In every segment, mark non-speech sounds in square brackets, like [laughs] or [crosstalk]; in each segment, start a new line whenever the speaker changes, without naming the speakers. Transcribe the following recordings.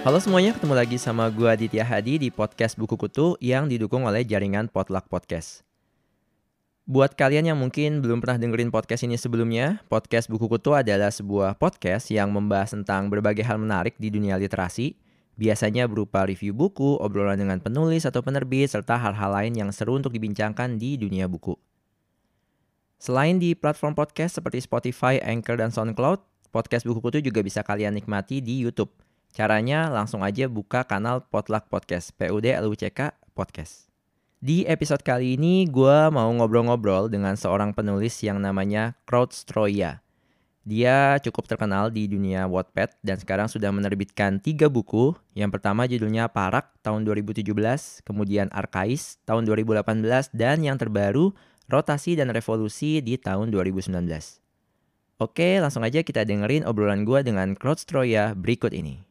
Halo semuanya, ketemu lagi sama gua Aditya Hadi di podcast Buku Kutu yang didukung oleh jaringan Potluck Podcast. Buat kalian yang mungkin belum pernah dengerin podcast ini sebelumnya, podcast Buku Kutu adalah sebuah podcast yang membahas tentang berbagai hal menarik di dunia literasi, biasanya berupa review buku, obrolan dengan penulis atau penerbit, serta hal-hal lain yang seru untuk dibincangkan di dunia buku. Selain di platform podcast seperti Spotify, Anchor, dan SoundCloud, podcast Buku Kutu juga bisa kalian nikmati di YouTube. Caranya langsung aja buka kanal Potluck Podcast, PUDLUCK Podcast. Di episode kali ini gue mau ngobrol-ngobrol dengan seorang penulis yang namanya Crowds Troya. Dia cukup terkenal di dunia Wattpad dan sekarang sudah menerbitkan tiga buku. Yang pertama judulnya Parak tahun 2017, kemudian Arkais tahun 2018, dan yang terbaru Rotasi dan Revolusi di tahun 2019. Oke, langsung aja kita dengerin obrolan gue dengan Crowds Troya berikut ini.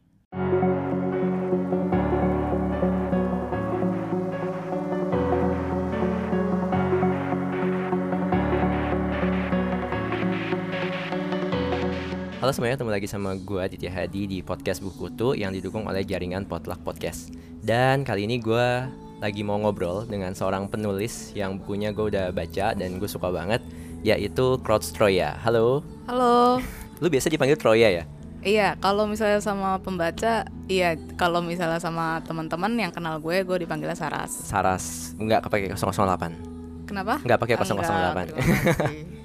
Halo semuanya, ketemu lagi sama gue Aditya Hadi di podcast Buku Kutu yang didukung oleh jaringan Potluck Podcast. Dan kali ini gue lagi mau ngobrol dengan seorang penulis yang bukunya gue udah baca dan gue suka banget, yaitu Crowds Troya. Halo,
Halo.
lu biasa dipanggil Troya ya?
Iya, kalau misalnya sama pembaca, iya. Kalau misalnya sama teman-teman yang kenal gue, gue dipanggilnya Saras.
Saras, nggak pakai 008.
Kenapa?
Nggak pakai 008.
Enggak, terima
[laughs]
kasih.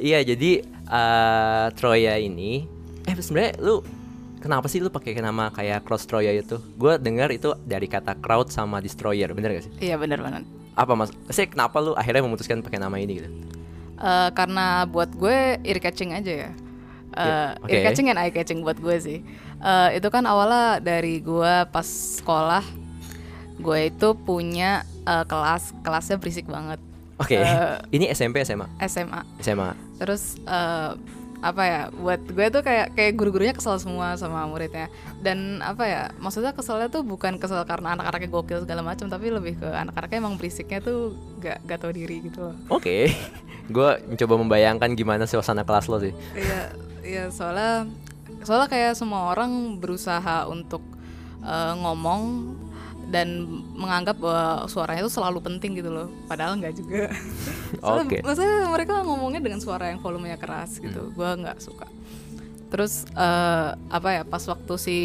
Iya, jadi eh, Troya ini, eh sebenarnya lu kenapa sih lu pakai nama kayak Crowds Troya itu? Gue dengar itu dari kata crowd sama destroyer, bener gak sih?
iya benar banget.
Apa mas? Saya kenapa lu akhirnya memutuskan pakai nama ini gitu?
Eh, karena buat gue ear catching aja ya. Eh,
Iya, oke.
Ear catching and eye catching buat gue sih. Eh, itu kan awalnya dari gue pas sekolah, gue itu punya eh, kelas kelasnya berisik banget
Oke,
Eh,
ini SMP SMA
SMA.
SMA.
terus eh, apa ya buat gue tuh kayak kayak guru-gurunya kesel semua sama muridnya dan apa ya maksudnya keselnya tuh bukan kesel karena anak-anaknya gokil segala macam tapi lebih ke anak-anaknya emang berisiknya tuh gak gak tau diri gitu loh
Oke, [laughs] gua mencoba membayangkan gimana suasana kelas lo sih.
iya iya soalnya soalnya kayak semua orang berusaha untuk eh, ngomong dan menganggap bahwa suaranya tuh selalu penting gitu loh padahal nggak
[laughs]
juga Soalnya-
Oke. Hmm.
maksudnya mereka ngomongnya dengan suara yang volumenya keras gitu gua nggak suka terus eh, apa ya pas waktu si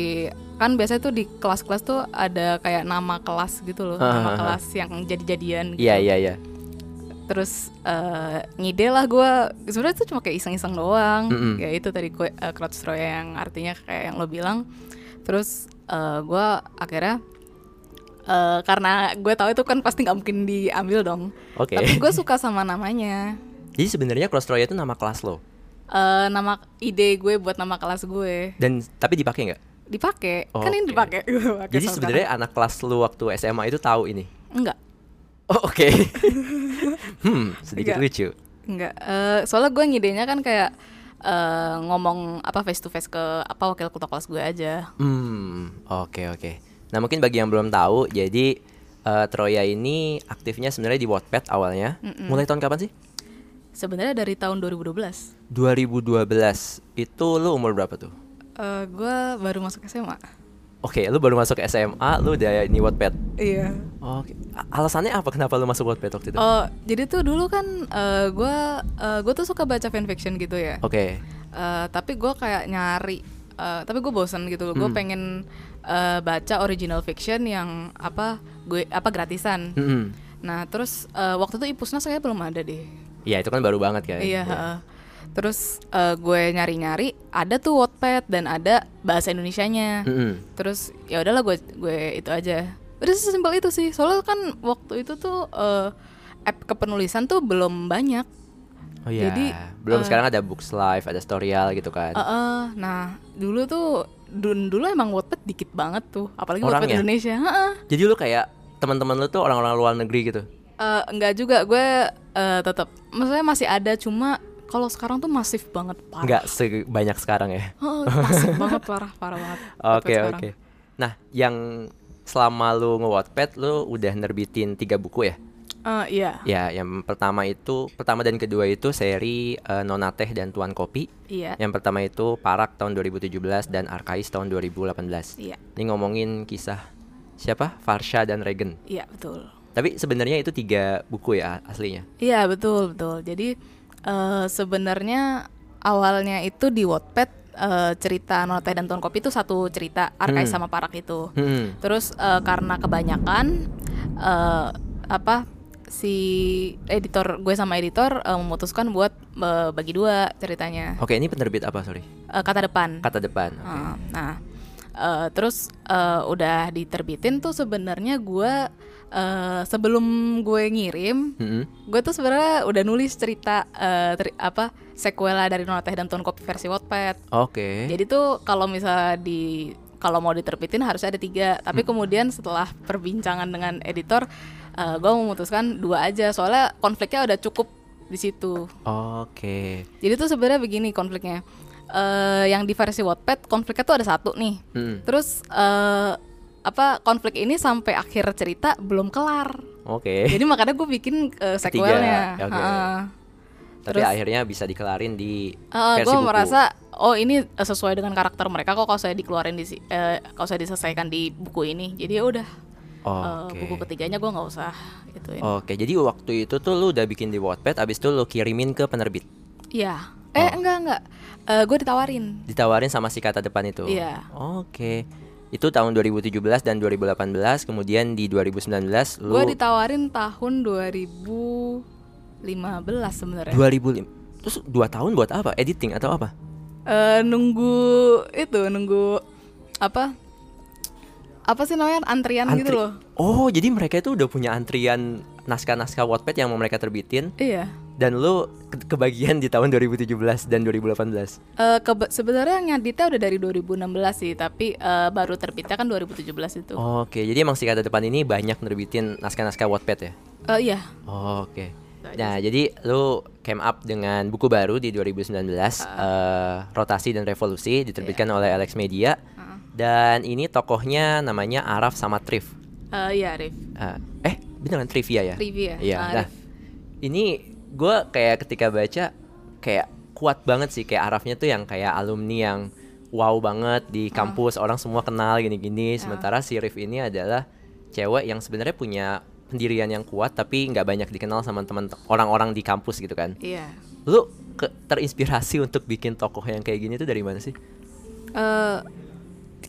kan biasanya tuh di kelas-kelas tuh ada kayak nama kelas gitu loh nama
Hahaha.
kelas yang jadi-jadian gitu
Ah, Iya iya iya.
terus eh ngide lah gue sebenarnya itu cuma kayak iseng-iseng doang
Mm-mm.
ya itu tadi gue uh, crowd straw yang artinya kayak yang lo bilang terus eh gue akhirnya eh karena gue tahu itu kan pasti nggak mungkin diambil dong
Oke.
tapi gue suka sama namanya
Jadi sebenarnya Cross Troya itu nama kelas lo.
Eh nama ide gue buat nama kelas gue
Dan tapi dipakai nggak?
dipakai kan ini
Oke.
dipakai gue pakai
Jadi
sama
sebenarnya anak kelas lu waktu SMA itu tahu ini.
karena- enggak
Oh,
[laughs]
oke. hmm, sedikit
Iya.
lucu.
Enggak, eh, soalnya gue ngidenya kan kayak eh, ngomong apa face to face ke apa wakil ketua kelas gue aja.
Hmm, oke oke. Nah mungkin bagi yang belum tahu, jadi eh, Troya ini aktifnya sebenarnya di Wattpad awalnya. Mulai tahun kapan sih?
Sebenarnya dari tahun 2012.
2012. Itu lu umur berapa tuh?
Eh gue baru masuk SMA.
Oke, lu baru masuk SMA, lu udah ini Wattpad.
Iya.
Oke. A- Alasannya apa kenapa lu masuk Wattpad waktu itu? Oke.
Oh, jadi tuh dulu kan eh, gue eh, gue tuh suka baca fanfiction gitu ya. Eh, tapi gue kayak nyari eh, tapi gue bosen gitu loh gue pengen eh, baca original fiction yang apa gue apa gratisan
Mm-mm.
nah terus eh, waktu itu ipusnas saya belum ada deh
Iya, itu kan baru banget kan.
iya heeh. terus eh, gue nyari nyari ada tuh Wattpad dan ada bahasa Indonesianya
Mm-mm.
terus ya udahlah gue gue itu aja udah sesimpel itu sih soalnya kan waktu itu tuh eh, app kepenulisan tuh belum banyak
Oh iya.
Jadi,
belum sekarang ada Books Live, ada Storyal gitu kan.
Heeh, nah dulu tuh dun- dulu emang Wattpad dikit banget tuh apalagi Wattpad
Orangnya?
Indonesia Heeh.
Jadi lu kayak teman-teman lu tuh orang-orang luar negeri gitu.
Eh, enggak juga gue eh, tetap maksudnya masih ada cuma kalau sekarang tuh masif banget parah
Nggak sebanyak sekarang ya.
Heeh, masif banget parah parah banget Wattpad
[laughs] Oke,
sekarang.
oke. Nah, yang selama lu nge-Wattpad lu udah nerbitin tiga buku ya?
Eh, iya,
Ya, yang pertama itu, pertama dan kedua itu seri eh, Nona Teh dan Tuan Kopi.
iya,
Yang pertama itu Parak tahun 2017 dan Arkais tahun 2018.
iya,
Ini ngomongin kisah siapa? Farsha dan Regan.
iya betul.
Tapi sebenarnya itu tiga buku ya aslinya.
Iya betul betul. Jadi eh, sebenarnya awalnya itu di Wattpad eh, cerita Nona Teh dan Tuan Kopi itu satu cerita Arkais
Hmm.
sama Parak itu.
Hmm.
Terus eh, karena kebanyakan eh, apa si editor gue sama editor eh, memutuskan buat eh, bagi dua ceritanya
Oke, ini penerbit apa sorry?
Eh, kata depan.
Kata depan. Oke.
Eh, nah eh, terus eh, udah diterbitin tuh sebenarnya gue eh, sebelum gue ngirim
Mm-mm.
gue tuh sebenarnya udah nulis cerita eh, teri- apa sequela dari Nona Teh dan Tuan Kopi versi Wattpad.
Oke.
Jadi tuh kalau misalnya di kalau mau diterbitin harusnya ada tiga. Tapi
Hmm.
kemudian setelah perbincangan dengan editor, gue memutuskan dua aja. Soalnya konfliknya udah cukup di situ.
Oke.
Jadi tuh sebenarnya begini konfliknya. Eh, yang di versi Wattpad konfliknya tuh ada satu nih.
Mm.
Terus eh, apa konflik ini sampai akhir cerita belum kelar.
Oke.
Jadi makanya gue bikin
Eh.
eh,
Ketiga,
sequelnya.
oke.
Heeh.
Tapi
terus-
akhirnya bisa dikelarin di
Eh,
versi
gue
buku.
merasa oh ini eh, sesuai dengan karakter mereka kok kalau saya dikeluarin di si- eh, kalau saya diselesaikan di buku ini jadi ya udah eh,
Oke. Oh.
buku ya. ketiganya gue nggak usah itu
Oke, jadi waktu itu tuh lu udah bikin di Wattpad, abis itu lu kirimin ke penerbit.
ya eh
Oh.
enggak enggak Eh, gue ditawarin
Ditawarin sama si kata depan itu.
Iya.
Oke. Itu tahun 2017 dan 2018, kemudian di 2019 lu
gue ditawarin tahun 2015 sebenarnya
2005. Terus 2 tahun buat apa? Editing atau apa?
Eh, nunggu itu nunggu apa apa sih namanya antrian gitu
Antri-
loh
Oh, jadi mereka itu udah punya antrian naskah-naskah Wattpad yang mau mereka terbitin
iya
dan lu ke- kebagian di tahun 2017 dan 2018.
Eh, kebe- sebenarnya ngeditnya udah dari 2016 sih, tapi eh, baru terbitnya kan 2017 itu.
Oke, jadi emang si kata depan ini banyak nerbitin naskah-naskah Wattpad ya?
Eh, iya,
Oke. Nah, jadi lu came up dengan buku baru di 2019, eh, Rotasi dan Revolusi diterbitkan oleh Alex Media. Dan ini tokohnya namanya Araf sama Trif.
Eh, iya Arif.
Eh, eh, beneran trivia ya?
Trivia.
Iya.
Ah,
Nah,
Arif.
ini gue kayak ketika baca kayak kuat banget sih kayak Arafnya tuh yang kayak alumni yang wow banget
Ah.
di kampus orang semua kenal gini-gini. Sementara si Rif ini adalah cewek yang sebenarnya punya pendirian yang kuat tapi nggak banyak dikenal sama teman orang-orang di kampus gitu kan.
Iya.
Lu ke- terinspirasi [laughs] untuk bikin tokoh yang kayak gini tuh dari mana sih?
Eh,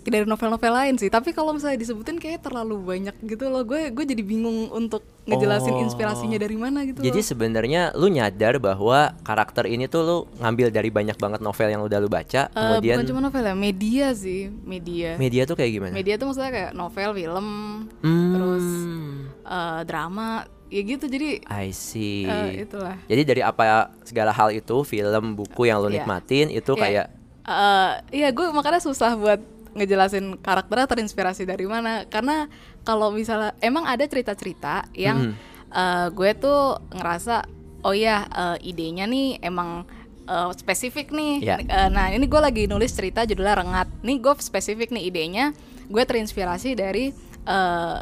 dari novel-novel lain sih, tapi kalau misalnya disebutin kayak terlalu banyak gitu loh. Gue gue jadi bingung untuk
Oh.
ngejelasin inspirasinya dari mana gitu.
Jadi
loh.
sebenarnya lu nyadar bahwa karakter ini tuh lu ngambil dari banyak banget novel yang udah lu baca,
Eh,
kemudian
bukan cuma novel ya, media sih, media.
media tuh kayak gimana?
Iya. Media tuh maksudnya kayak novel, film,
Hmm,
terus eh, drama, ya gitu. Jadi
I see.
eh, itulah.
Jadi dari apa segala hal itu, film, buku yang lu
Iya.
nikmatin itu
Iya.
kayak
Eh, iya gue makanya susah buat ngejelasin karakternya terinspirasi dari mana karena kalau misalnya emang ada cerita-cerita yang
Mm-hmm.
eh, gue tuh ngerasa oh ya eh, idenya nih emang eh, spesifik nih
Iya.
Eh, nah ini gue lagi nulis cerita judulnya rengat nih gue spesifik nih idenya gue terinspirasi dari eh,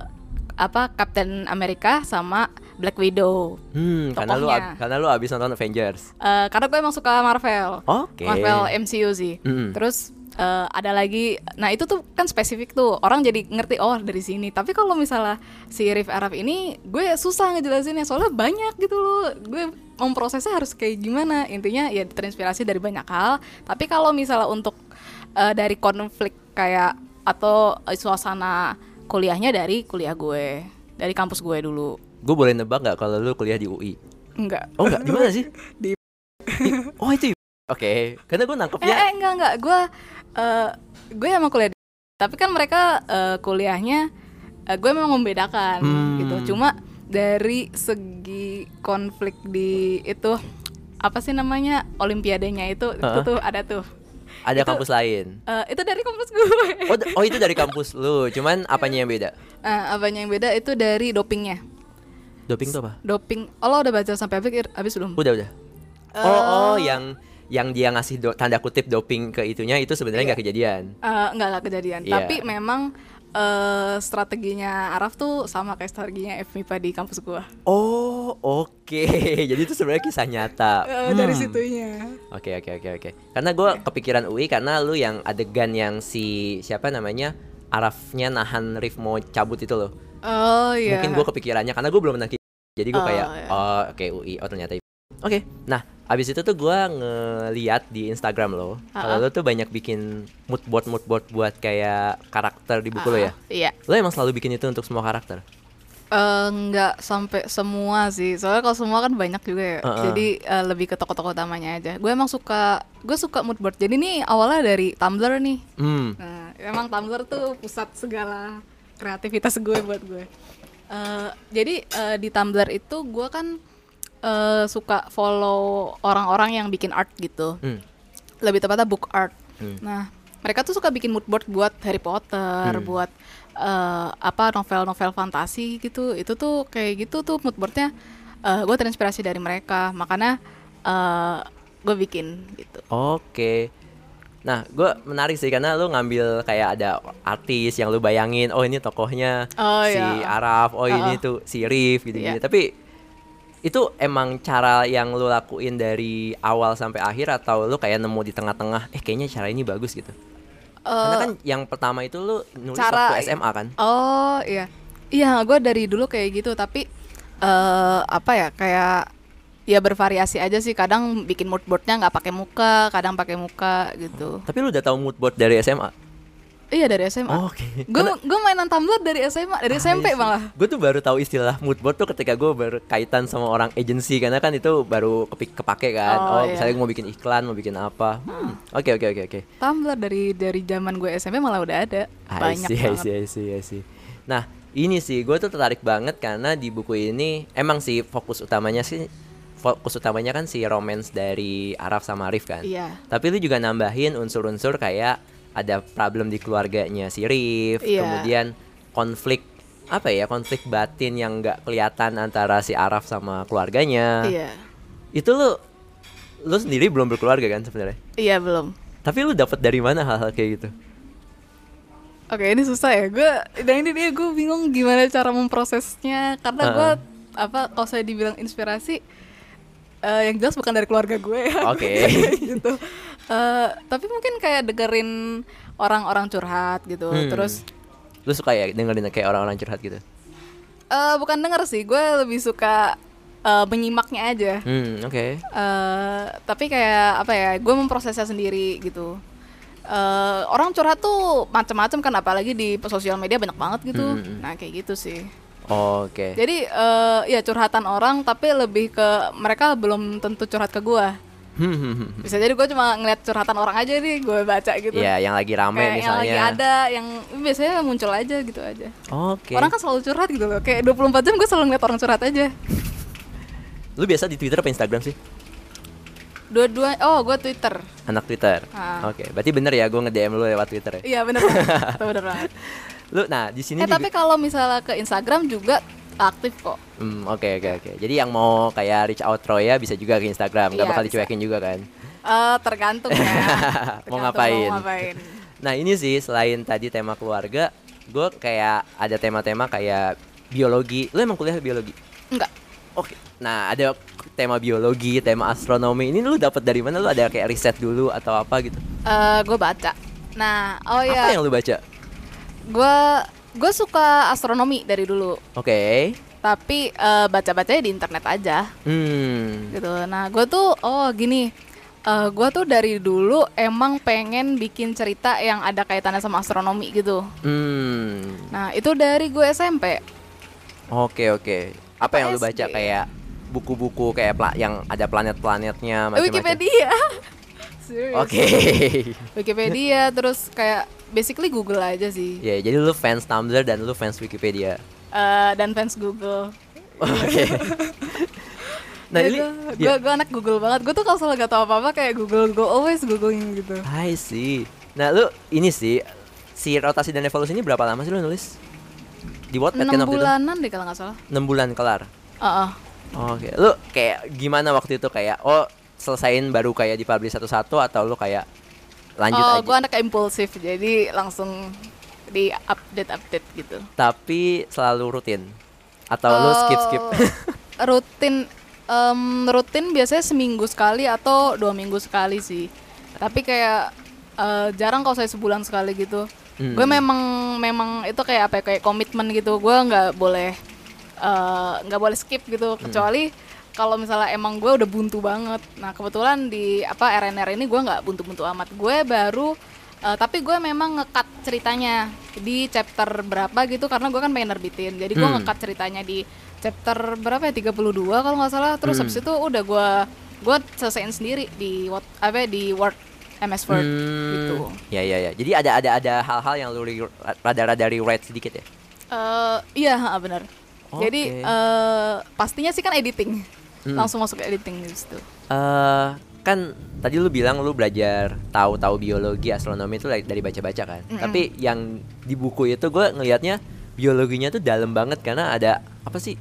apa Captain America sama Black Widow
hmm karena lu ab-
Tokohnya.
karena lu abis nonton Avengers.
Eh, karena gue emang suka Marvel.
Oke.
Marvel MCU sih.
Mm-mm.
Terus eh, ada lagi, nah itu tuh kan spesifik tuh orang jadi ngerti oh dari sini. Tapi kalau misalnya si Rif Arab ini, gue susah ngejelasinnya soalnya banyak gitu loh. Gue memprosesnya harus kayak gimana? Intinya ya terinspirasi dari banyak hal. Tapi kalau misalnya untuk eh, dari konflik kayak atau eh, suasana kuliahnya dari kuliah gue, dari kampus gue dulu.
Gue boleh nebak nggak kalau lu kuliah di UI?
Enggak.
Oh enggak, di mana sih?
Di-
I- Oh itu. i- Oke, karena gue
Eh,
nangkepnya
eh enggak enggak, gue eh gue emang kuliah di tapi kan mereka eh, kuliahnya eh, gue memang membedakan
Hmm.
gitu. Cuma dari segi konflik di itu apa sih namanya olimpiadenya itu itu
Heeh.
tuh ada tuh.
ada
itu-
kampus lain.
Eh, itu dari kampus gue.
Oh, d- oh itu dari kampus lu, cuman apanya yang beda?
[laughs] Nah, apanya yang beda itu dari dopingnya.
Doping tuh apa?
Doping. Oh, lo udah baca sampai habis habis belum?
Udah udah. Oh oh
Eh.
yang yang dia ngasih
Iya.
do- tanda kutip doping ke itunya itu sebenarnya nggak kejadian.
Eh, enggak enggak kejadian.
Iya.
Tapi memang eh, strateginya Araf tuh sama kayak strateginya FMIPA di kampus gua.
Oh, oke. [laughs] Jadi itu sebenarnya kisah nyata.
Eh, Dari
Hmm.
situnya.
Oke, oke, oke, oke. Karena gue kepikiran UI karena lu yang adegan yang si siapa namanya? Arafnya nahan Rif mau cabut itu loh.
Oh iya.
Mungkin gue kepikirannya karena gue belum pernah ki- Jadi gue
Oh,
kayak
iya.
oh, oke UI. Oh, ternyata i- Oke. Nah, abis itu tuh gue ngeliat di Instagram lo. Kalau lo tuh banyak bikin mood board mood board buat kayak karakter di buku lo ya.
Iya.
Lo emang selalu bikin itu untuk semua karakter.
Eh, nggak sampai semua sih soalnya kalau semua kan banyak juga ya
Uh-uh.
jadi eh, lebih ke tokoh-tokoh utamanya aja gue emang suka gue suka mood board jadi ini awalnya dari tumblr nih
Hmm.
nah emang tumblr tuh pusat segala kreativitas gue buat gue Eh, jadi eh, di tumblr itu gue kan eh, suka follow orang-orang yang bikin art gitu
Hmm.
lebih tepatnya book art.
Hmm.
Nah, mereka tuh suka bikin mood board buat Harry Potter, buat eh, apa novel-novel fantasi gitu. Itu tuh kayak gitu tuh mood boardnya. gue terinspirasi dari mereka, makanya gue bikin gitu.
Oke. Nah, gue menarik sih karena lu ngambil kayak ada artis yang lu bayangin, oh ini tokohnya
Oh,
si
iya.
Araf, oh ini
Oh.
tuh si Rif gitu-gitu.
Iya.
Tapi itu emang cara yang lu lakuin dari awal sampai akhir atau lu kayak nemu di tengah-tengah, eh kayaknya cara ini bagus gitu. karena kan yang pertama itu lu nulis
Eh, cara-
waktu SMA kan?
Oh iya, iya gue dari dulu kayak gitu tapi eh apa ya kayak ya bervariasi aja sih. Kadang bikin mood boardnya nggak pakai muka, kadang pakai muka gitu.
Tapi lu udah tahu mood board dari SMA.
Iya dari SMA.
Oh, Oke. Ah,
Gue gue mainan Tumblr dari SMA, dari SMP malah.
Gue tuh baru tahu istilah mood board tuh ketika gue berkaitan sama orang agency karena kan itu baru kepik kepake kan. Oh,
Oh, iya.
misalnya gue mau bikin iklan, mau bikin apa. Hmm, Oke oke oke oke.
Tumblr dari dari zaman gue SMP malah udah ada.
Ah, I
Banyak
see, I
banget.
see, I see, I see. Nah, ini sih gue tuh tertarik banget karena di buku ini emang sih fokus utamanya sih fokus utamanya kan si romance dari Araf sama Arif kan.
Iya.
Tapi lu juga nambahin unsur-unsur kayak ada problem di keluarganya si Rif,
Iya.
kemudian konflik apa ya konflik batin yang nggak kelihatan antara si Araf sama keluarganya.
Iya.
Itu lu lu sendiri belum berkeluarga kan sebenarnya.
Iya belum.
Tapi lu dapat dari mana hal-hal kayak gitu?
Oke ini susah ya. Gue dan ini dia gue bingung gimana cara memprosesnya karena gue
Ah.
apa kalau saya dibilang inspirasi eh, yang jelas bukan dari keluarga gue. ya. [laughs]
Oke.
gitu. Eh, tapi mungkin kayak dengerin orang-orang curhat gitu.
Hmm.
Terus
Lu suka ya dengerin kayak orang-orang curhat gitu?
eh, bukan denger sih, gue lebih suka eh, menyimaknya aja.
Hmm, oke.
eh tapi kayak apa ya gue memprosesnya sendiri gitu Eh orang curhat tuh macam-macam kan apalagi di sosial media banyak banget gitu
Hmm,
nah kayak gitu sih
Oke.
jadi eh ya curhatan orang tapi lebih ke mereka belum tentu curhat ke gue
Hmm, hmm, hmm.
bisa jadi gue cuma ngeliat curhatan orang aja nih gue baca gitu
Iya, yang lagi rame
kayak yang
misalnya.
lagi ada yang biasanya muncul aja gitu aja
Oke.
orang kan selalu curhat gitu loh kayak 24 jam gue selalu ngeliat orang curhat aja
Lu biasa di Twitter apa Instagram sih?
dua-dua oh gue twitter
Anak Twitter.
Ah.
Oke, berarti bener ya gue nge-DM lu lewat Twitter ya.
iya
[laughs]
bener banget bener banget
Lu nah, di sini
Eh
juga
tapi kalau misalnya ke Instagram juga aktif kok.
Hmm, oke oke oke. Jadi yang mau kayak reach out Troya bisa juga ke Instagram, nggak
Iya,
bakal
bisa.
dicuekin juga kan.
Eh tergantung
[laughs]
ya. Tergantung
Mau ngapain.
Mau ngapain.
Nah, ini sih selain tadi tema keluarga, gue kayak ada tema-tema kayak biologi. Lu emang kuliah biologi?
Enggak.
Oke. Nah, ada tema biologi, tema astronomi. Ini lu dapat dari mana? Lu ada kayak riset dulu atau apa gitu?
Eh gue baca. Nah, oh
Apa
ya,
yang lu baca?
gue gue suka astronomi dari dulu.
Oke.
Tapi eh baca-bacanya di internet aja
Hmm.
gitu. Nah, gue tuh oh gini. Eh gue tuh dari dulu emang pengen bikin cerita yang ada kaitannya sama astronomi gitu.
Hmm.
Nah, itu dari gue SMP.
Oke, oke. Apa
Apa
yang lu
SD?
baca kayak buku-buku kayak pla- yang ada planet-planetnya macam-macam.
Wikipedia. [laughs] Serius.
Oke. [laughs]
Wikipedia terus kayak basically Google aja sih
ya, jadi lu fans Tumblr dan lu fans Wikipedia. [laughs]
Eh, dan fans Google. [laughs]
Oke. nah, ini
gue
ya.
anak Google banget. Gue tuh kalau salah gak tau apa apa kayak Google Google always googling gitu.
I see. Nah, lu ini sih si rotasi dan evolusi ini berapa lama sih lu nulis? Di Wattpad kan
Enam
waktu itu?
bulanan deh kalau nggak salah.
6 bulan kelar.
Heeh.
Oke, lu kayak gimana waktu itu kayak oh selesain baru kayak dipublish satu-satu atau lu kayak lanjut aja?
oh, gue anak impulsif jadi langsung di update update gitu
Tapi selalu rutin atau lu skip
Oh. [laughs]
skip?
Eh, rutin em, rutin biasanya seminggu sekali atau dua minggu sekali sih tapi kayak eh, jarang kalau saya sebulan sekali gitu
Hmm.
gue memang memang itu kayak apa ya, kayak komitmen gitu gue nggak boleh eh, nggak boleh skip gitu kecuali kalau misalnya emang gue udah buntu banget nah kebetulan di apa RNR ini gue nggak buntu-buntu amat gue baru eh, tapi gue memang ngekat ceritanya di chapter berapa gitu karena gue kan pengen nerbitin jadi gue
Hmm.
ngekat ceritanya di chapter berapa ya 32 kalau nggak salah terus
Hmm.
habis itu udah gue gue selesaiin sendiri di what apa ya, di Word MS Word gitu
Hmm. Ya ya ya. Jadi ada ada ada hal-hal yang lu re- rada-rada rewrite sedikit ya.
Eh, iya ha, benar.
Oke.
Jadi eh, pastinya sih kan editing,
Mm.
langsung masuk ke editing di situ.
Eh kan tadi lu bilang lu belajar tahu-tahu biologi, astronomi itu like dari baca-baca kan. Tapi yang di buku itu gue ngelihatnya biologinya tuh dalam banget karena ada apa sih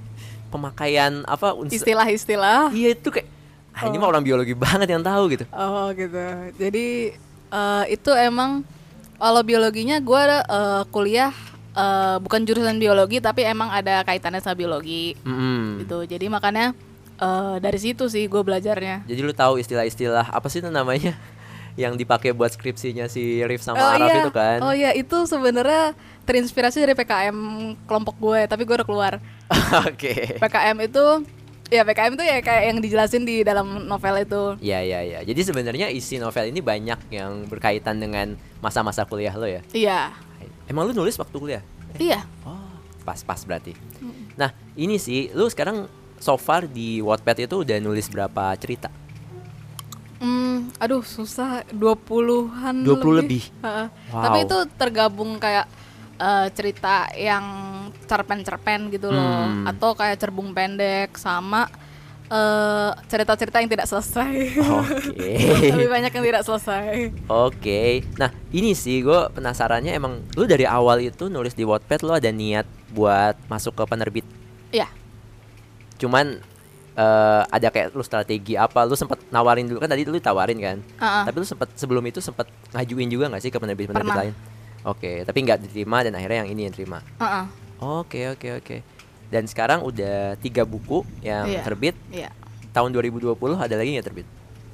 pemakaian apa uns-
Istilah-istilah.
Iya itu kayak ah, ini mah orang biologi banget yang tahu gitu.
Oh gitu. Jadi eh, itu emang kalau biologinya gue kuliah eh, bukan jurusan biologi tapi emang ada kaitannya sama biologi
Mm-mm.
gitu. Jadi makanya eh, dari situ sih gue belajarnya.
Jadi lu tahu istilah-istilah apa sih itu namanya [laughs] yang dipakai buat skripsinya si Rif sama
oh
Araf
iya,
itu kan?
oh iya itu sebenarnya terinspirasi dari PKM kelompok gue tapi gue udah keluar.
[laughs] Oke.
PKM itu ya PKM itu ya kayak yang dijelasin di dalam novel itu.
Ya ya ya. Jadi sebenarnya isi novel ini banyak yang berkaitan dengan masa-masa kuliah lo ya.
Iya.
Emang lu nulis waktu kuliah?
Iya.
Oh, pas-pas berarti. Nah, ini sih lu sekarang so far di Wattpad itu udah nulis berapa cerita?
Hmm, aduh susah 20-an
20 lebih?
Heeh.
Wow.
Tapi itu tergabung kayak eh, cerita yang cerpen-cerpen gitu loh
Hmm.
atau kayak cerbung pendek sama eh, cerita-cerita yang tidak selesai. [laughs]
Oke.
Lebih banyak yang tidak selesai.
Oke. Nah, ini sih gue penasarannya emang lu dari awal itu nulis di Wattpad lu ada niat buat masuk ke penerbit.
Iya.
Cuman eh, ada kayak lu strategi apa? Lu sempet nawarin dulu kan tadi lu tawarin kan?
Heeh.
Tapi lu sempet sebelum itu sempet ngajuin juga nggak sih ke penerbit-penerbit
Ah. Pernah.
lain? Oke, tapi nggak diterima dan akhirnya yang ini yang terima.
Heeh.
Oke oke oke. Dan sekarang udah tiga buku yang
Iya.
terbit
Iya.
tahun 2020 ada lagi nggak terbit?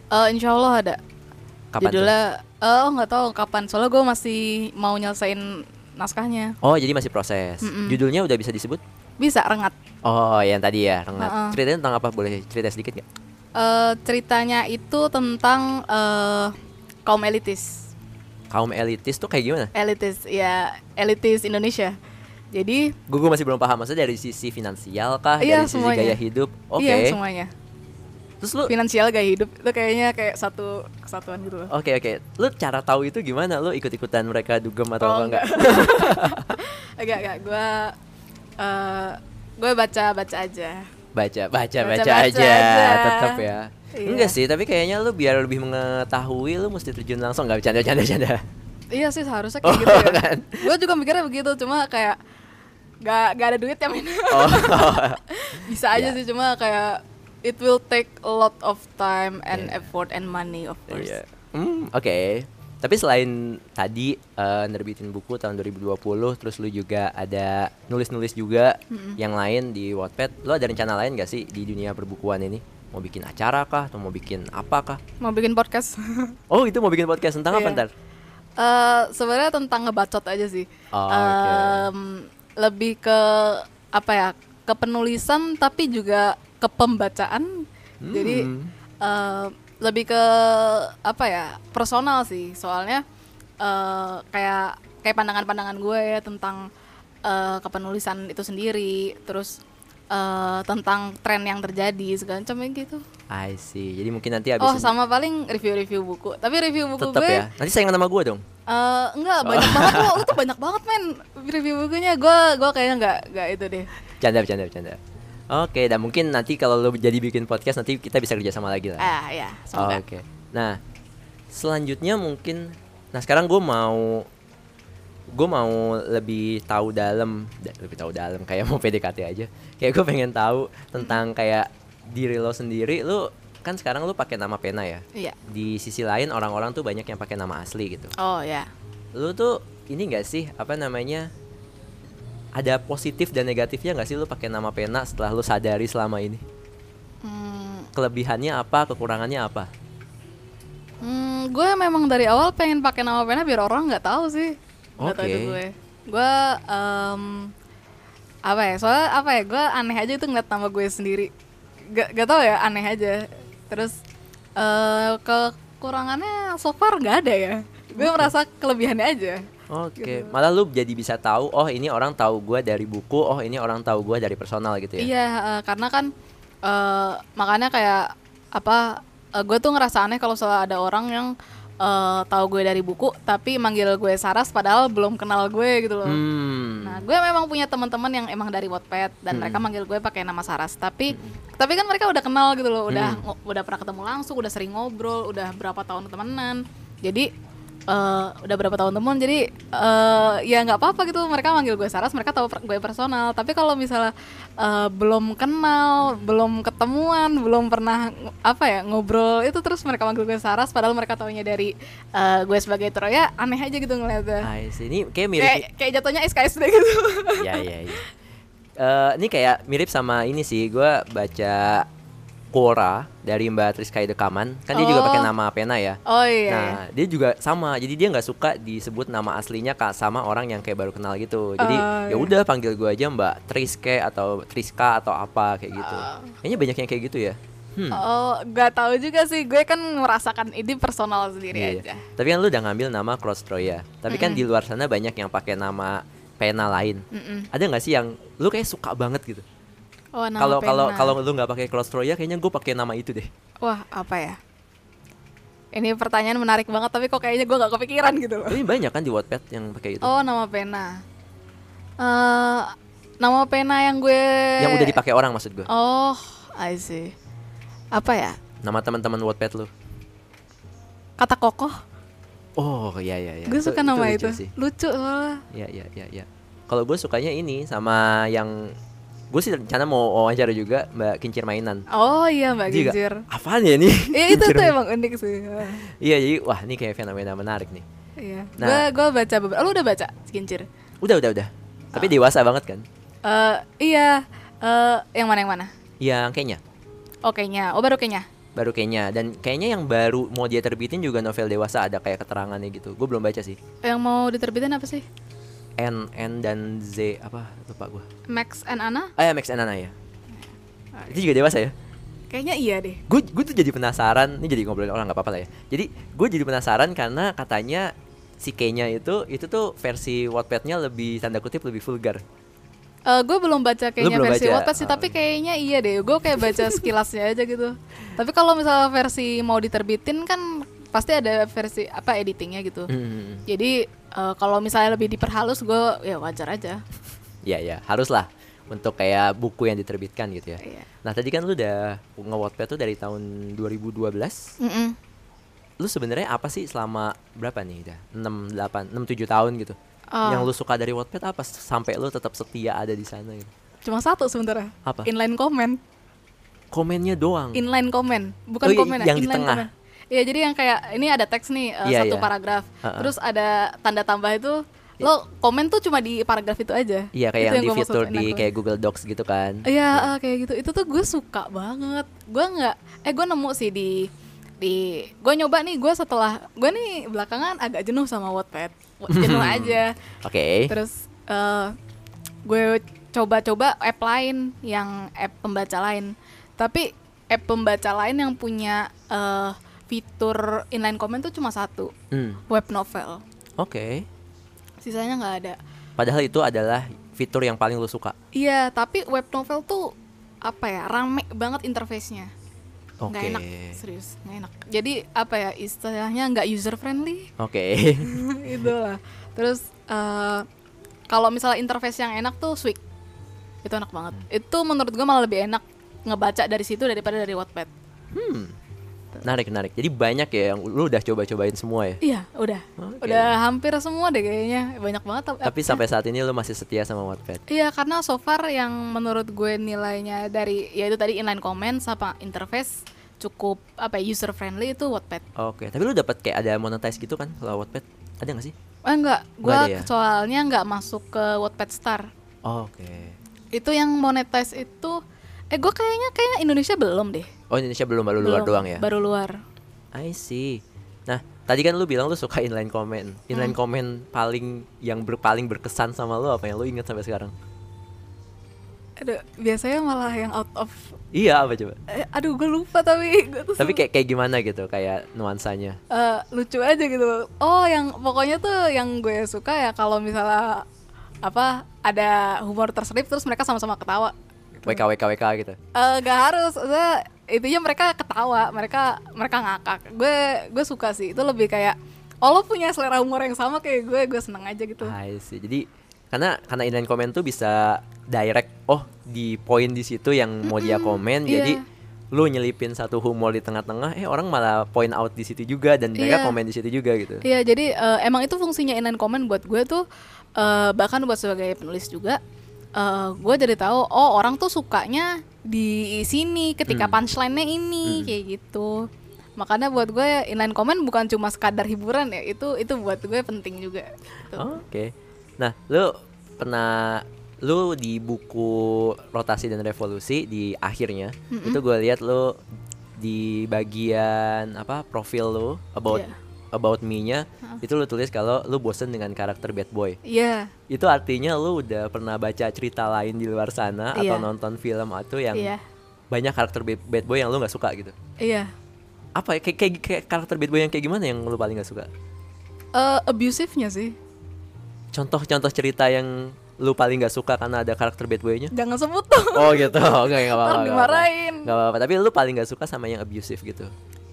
Eh, insya Allah ada.
Kapan tuh?
Judulnya, eh, oh nggak tahu kapan. Soalnya gue masih mau nyelesain naskahnya.
Oh jadi masih proses.
Mm-mm.
Judulnya udah bisa disebut?
Bisa rengat.
Oh yang tadi ya rengat.
Ha-ha.
Ceritanya tentang apa? Boleh cerita sedikit nggak?
Eh, ceritanya itu tentang eh, kaum elitis,
Kaum elitis tuh kayak gimana?
elitis ya elitis Indonesia. Jadi
Gue masih belum paham maksudnya dari sisi finansial kah?
Iya,
dari sisi
semuanya.
gaya hidup? Oke.
iya semuanya.
Terus lu
Finansial gaya hidup itu kayaknya kayak satu kesatuan gitu loh.
Oke oke, lu cara tahu itu gimana? Lu ikut-ikutan mereka dugem
Oh,
atau apa
[laughs]
enggak?
agak agak gue gue baca baca eh, aja.
baca baca baca,
Baca-baca
aja,
aja.
tetap ya
Iya.
enggak sih tapi kayaknya lu biar lebih mengetahui lu mesti terjun langsung nggak bercanda bercanda bercanda
Iya sih seharusnya
Oh,
kayak gitu ya.
kan?
Gue juga mikirnya begitu, cuma kayak gak gak ada duit ya men.
oh
[laughs] Bisa aja
Ya.
sih cuma kayak it will take a lot of time and effort and money of course.
iya Hmm, oke tapi selain tadi eh, nerbitin buku tahun 2020 terus lu juga ada nulis-nulis juga yang lain di Wattpad lu ada rencana lain gak sih di dunia perbukuan ini mau bikin acara kah atau mau bikin apa kah
Mau bikin podcast.
oh itu mau bikin podcast tentang apa
Iya.
ntar
Eh, sebenarnya tentang ngebacot aja sih.
Oh, oke.
Em, lebih ke apa ya? ke penulisan tapi juga ke pembacaan.
Hmm.
Jadi eh, lebih ke apa ya? personal sih. Soalnya eh, kayak kayak pandangan-pandangan gue ya tentang eh, kepenulisan itu sendiri, terus eh, tentang tren yang terjadi segala macam gitu.
I see jadi mungkin nanti abis
Oh,
ini-
sama paling review-review buku. Tapi review buku
tetap
gue
ya nanti saingan sama gue dong
Eh, enggak
Oh.
banyak banget lo, lo tuh banyak banget men review bukunya. Gua gua kayaknya enggak enggak itu deh.
Canda, canda, canda. Oke, dan mungkin nanti kalau lo jadi bikin podcast nanti kita bisa kerja sama lagi lah.
Ah ya,
Oh,
semoga.
Oke. Nah, selanjutnya mungkin nah sekarang gue mau gue mau lebih tahu dalam da- lebih tahu dalam kayak mau PDKT aja. Kayak gue pengen tahu tentang kayak diri lo sendiri. Lo kan sekarang lo pakai nama pena ya.
Iya.
Di sisi lain orang-orang tuh banyak yang pakai nama asli gitu.
Oh ya.
Lo tuh ini gak sih apa namanya ada positif dan negatifnya gak sih lu pakai nama pena setelah lu sadari selama ini?
Hmm,
Kelebihannya apa, kekurangannya apa?
hmm, gue memang dari awal pengen pakai nama pena biar orang nggak tahu sih. Nggak tahu itu
Oke.
gue. Gue em, apa ya? Soalnya apa ya? Gue aneh aja itu ngeliat nama gue sendiri. Gak, gak tau ya, aneh aja. Terus eh kekurangannya so far nggak ada ya. Gue merasa kelebihannya aja.
Oke, malah lu jadi bisa tahu, oh ini orang tahu gua dari buku, oh ini orang tahu gua dari personal gitu ya.
Iya, eh, karena kan eh, makanya kayak apa? eh, gue tuh ngerasa aneh kalau soal ada orang yang eh, tahu gue dari buku tapi manggil gue Saras padahal belum kenal gue gitu loh.
Hmm.
Nah, gue memang punya teman-teman yang emang dari Wattpad dan mereka manggil gue pakai nama Saras, tapi
Hmm.
tapi kan mereka udah kenal gitu loh, udah ngo- udah pernah ketemu langsung, udah sering ngobrol, udah berapa tahun temenan. Jadi eh, udah berapa tahun temen jadi eh, ya nggak apa-apa gitu mereka manggil gue Saras mereka tahu per- gue personal tapi kalau misalnya eh, belum kenal belum ketemuan belum pernah ng- apa ya ngobrol itu terus mereka manggil gue Saras padahal mereka taunya dari eh, gue sebagai Troya aneh aja gitu ngeliatnya
I see. Ini kayak mirip
kayak kayak jatuhnya SKSD gitu
[laughs]
[laughs]
ya ya ya. Eh, ini kayak mirip sama ini sih. Gua baca Quora dari Mbak Triska Kaman. Kan dia juga pakai
Oh.
nama pena ya.
Oh iya.
nah,
iya.
dia juga sama. Jadi dia nggak suka disebut nama aslinya ka- sama orang yang kayak baru kenal gitu. Jadi
Oh,
ya udah panggil gua aja Mbak Triske atau Triska atau apa kayak gitu. Kayaknya banyak yang kayak gitu ya. Hmm.
Oh, gak tahu juga sih. Gue kan merasakan ini personal sendiri
Iya.
aja.
Tapi kan lu udah ngambil nama Cross Troya. Tapi kan di luar sana banyak yang pakai nama pena lain.
Mm-mm.
Ada nggak sih yang lu kayak suka banget gitu?
Oh, nama
Kalau kalau
pena.
kalau lu nggak pakai Cross Troya, kayaknya gue pakai nama itu deh.
wah apa ya? Ini pertanyaan menarik banget tapi kok kayaknya gue gak kepikiran gitu loh.
Tapi banyak kan di Wattpad yang pakai itu.
Oh, nama pena. Eh, nama pena yang gue
Yang udah dipakai orang maksud gue.
Oh, I see. Apa ya?
Nama teman-teman Wattpad lu.
Kata kokoh.
Oh, iya iya iya.
gue
Itu-
suka nama
lucu
itu.
sih.
Lucu soalnya.
Iya iya iya iya. Kalau gue sukanya ini sama yang gue sih rencana mau wawancara juga Mbak Kincir Mainan.
Oh iya Mbak
Juga,
Ginjir.
Apaan ya ini?
Iya itu
Kincir
tuh
Mainan.
emang unik sih.
Iya, jadi wah ini kayak fenomena menarik nih.
Iya.
Nah.
Gue gue baca beberapa. Lu udah baca Skincir?
Udah, udah, udah. Tapi
Ah.
dewasa banget kan?
Eh iya. Eh yang mana yang mana?
Yang Iya, kayaknya
Oke-nya. Oh baru oke-nya.
baru kayaknya dan kayaknya yang baru mau dia terbitin juga novel dewasa ada kayak keterangannya gitu. Gue belum baca sih.
Yang mau diterbitin apa sih?
N N dan Z apa lupa gue.
Max and Anna?
Ah ya Max and Anna ya.
Ah,
Itu juga dewasa ya.
Kayaknya iya deh.
Gue gue tuh jadi penasaran. Ini jadi ngobrolin orang nggak apa-apa lah ya. Jadi gue jadi penasaran karena katanya si K-nya itu itu tuh versi Wattpad-nya lebih tanda kutip lebih vulgar.
Eh gue belum baca kayaknya
belum baca?
versi
Oh.
Wattpad sih, tapi kayaknya iya deh. Gue kayak [laughs] baca sekilasnya aja gitu. Tapi kalau misalnya versi mau diterbitin kan pasti ada versi apa editingnya gitu.
Hmm.
Jadi eh, kalau misalnya lebih diperhalus gue ya wajar aja.
Ya ya, haruslah untuk kayak buku yang diterbitkan gitu ya.
Iya.
Nah tadi kan lu udah nge-Wattpad tuh dari tahun 2012
Mm-mm.
Lu sebenarnya apa sih selama berapa nih udah 6, 8, 6, 7 tahun gitu
Ah.
Yang lu suka dari Wattpad apa s- sampai lu tetap setia ada di sana gitu
Cuma satu sebenarnya.
Apa?
Inline comment.
Komennya doang
inline comment bukan
Hmm. Oh, iya,
komen ya,
yang di
inline
tengah.
comment. Iya, jadi yang kayak ini ada teks nih eh,
Iya,
satu
iya.
paragraf.
Ha-ha.
Terus ada tanda tambah itu lo komen tuh cuma di paragraf itu aja.
Iya
Itu
kayak yang di
gua maksud,
fitur di
inline
kayak Google Docs gitu kan
comment. Iya, eh, kayak gitu. Itu tuh gue suka banget. Gue nggak eh gue nemu sih di di gue nyoba nih gue setelah gue nih belakangan agak jenuh sama Wattpad.
[laughs]
Jenuh aja.
Oke
Terus eh, gue coba-coba app lain yang app pembaca lain. Tapi app pembaca lain yang punya eh, fitur inline comment tuh cuma satu,
Hmm,
web novel.
Oke
Sisanya nggak ada.
Padahal itu adalah fitur yang paling lu suka
Iya, tapi web novel tuh apa ya rame banget interface-nya.
Oke
Nggak enak, serius, nggak enak. Jadi apa ya istilahnya nggak user friendly.
Oke [laughs]
[laughs] itulah Gitu terus eh, kalau misalnya interface yang enak tuh Swig itu enak banget
Hmm.
itu menurut gue malah lebih enak ngebaca dari situ daripada dari Wattpad
Hmm Menarik, menarik Jadi banyak ya yang lu udah coba-cobain semua ya
iya udah
Oke.
udah hampir semua deh kayaknya banyak banget tau-
Tapi sampai saat ini lu masih setia sama Wattpad
iya karena so far yang menurut gue nilainya dari ya itu tadi inline comment sama interface cukup apa ya, user friendly itu Wattpad
Oke, tapi lu dapat kayak ada monetize gitu kan kalau Wattpad? Ada nggak sih?
Oh enggak, gue
ada ya?
soalnya nggak masuk ke Wattpad Star.
Oh, Oke.
Itu yang monetize itu, eh gue kayaknya kayaknya Indonesia belum deh.
Oh Indonesia belum baru luar
Belum,
doang ya?
Baru luar.
I see. Nah tadi kan lu bilang lu suka inline comment. Inline
Hmm.
comment paling yang ber, paling berkesan sama lu apa yang lu ingat sampai sekarang?
Aduh, biasanya malah yang out of,
Iya apa coba?
eh, aduh gue lupa tapi [laughs] gue tuh
Tapi kayak kayak gimana gitu kayak nuansanya?
Eh, lucu aja gitu oh yang pokoknya tuh yang gue suka ya kalau misalnya apa ada humor terselip terus mereka sama-sama ketawa
WK WK WK gitu.
Eh, gak harus maksudnya intinya mereka ketawa mereka mereka ngakak gue gue suka sih itu lebih kayak oh lo punya selera humor yang sama kayak gue gue seneng aja gitu
I see. Jadi karena karena inline comment tuh bisa direct oh di poin di situ yang mau dia komen
iya.
jadi lu nyelipin satu humor di tengah-tengah eh orang malah point out di situ juga dan mereka
Iya.
komen di situ juga gitu.
Iya, jadi eh, emang itu fungsinya inline comment buat gue tuh eh, bahkan buat sebagai penulis juga eh, gue jadi tahu oh orang tuh sukanya di sini ketika
Hmm.
punchline-nya ini kayak gitu. Makanya buat gue inline comment bukan cuma sekadar hiburan ya, itu itu buat gue penting juga. gitu.
Oh, Oke. Nah, lu pernah lu di buku Rotasi dan Revolusi di akhirnya itu gue lihat lu di bagian apa profil lu about
Iya.
about me-nya itu lu tulis kalau lu bosen dengan karakter bad boy.
Iya.
Itu artinya lu udah pernah baca cerita lain di luar sana atau
Iya.
nonton film atau yang
Iya.
banyak karakter ba- bad boy yang lu nggak suka gitu.
Iya.
Apa ya? kayak, kayak kayak karakter bad boy yang kayak gimana yang lu paling nggak suka?
Eh, abusive-nya sih.
contoh-contoh cerita yang lu paling gak suka karena ada karakter bad boy-nya?
Jangan sebut tuh.
[laughs] Oh gitu, oke gak apa-apa
Ntar
gak
dimarahin.
apa-apa. Gak apa-apa, tapi lu paling gak suka sama yang abusive gitu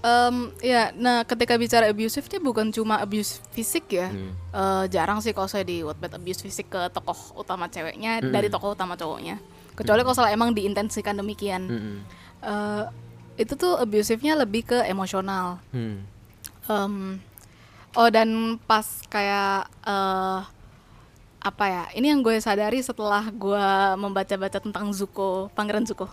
Em, ya, nah ketika bicara abusive nih bukan cuma abuse fisik ya.
Hmm.
Eh, jarang sih kalau saya di Wattpad abuse fisik ke tokoh utama ceweknya dari tokoh utama cowoknya. Kecuali kalau salah emang diintensikan demikian.
Mm-mm.
Eh, itu tuh abusifnya lebih ke emosional.
hmm.
Em, oh dan pas kayak eh apa ya? Ini yang gue sadari setelah gue membaca-baca tentang Zuko, Pangeran Zuko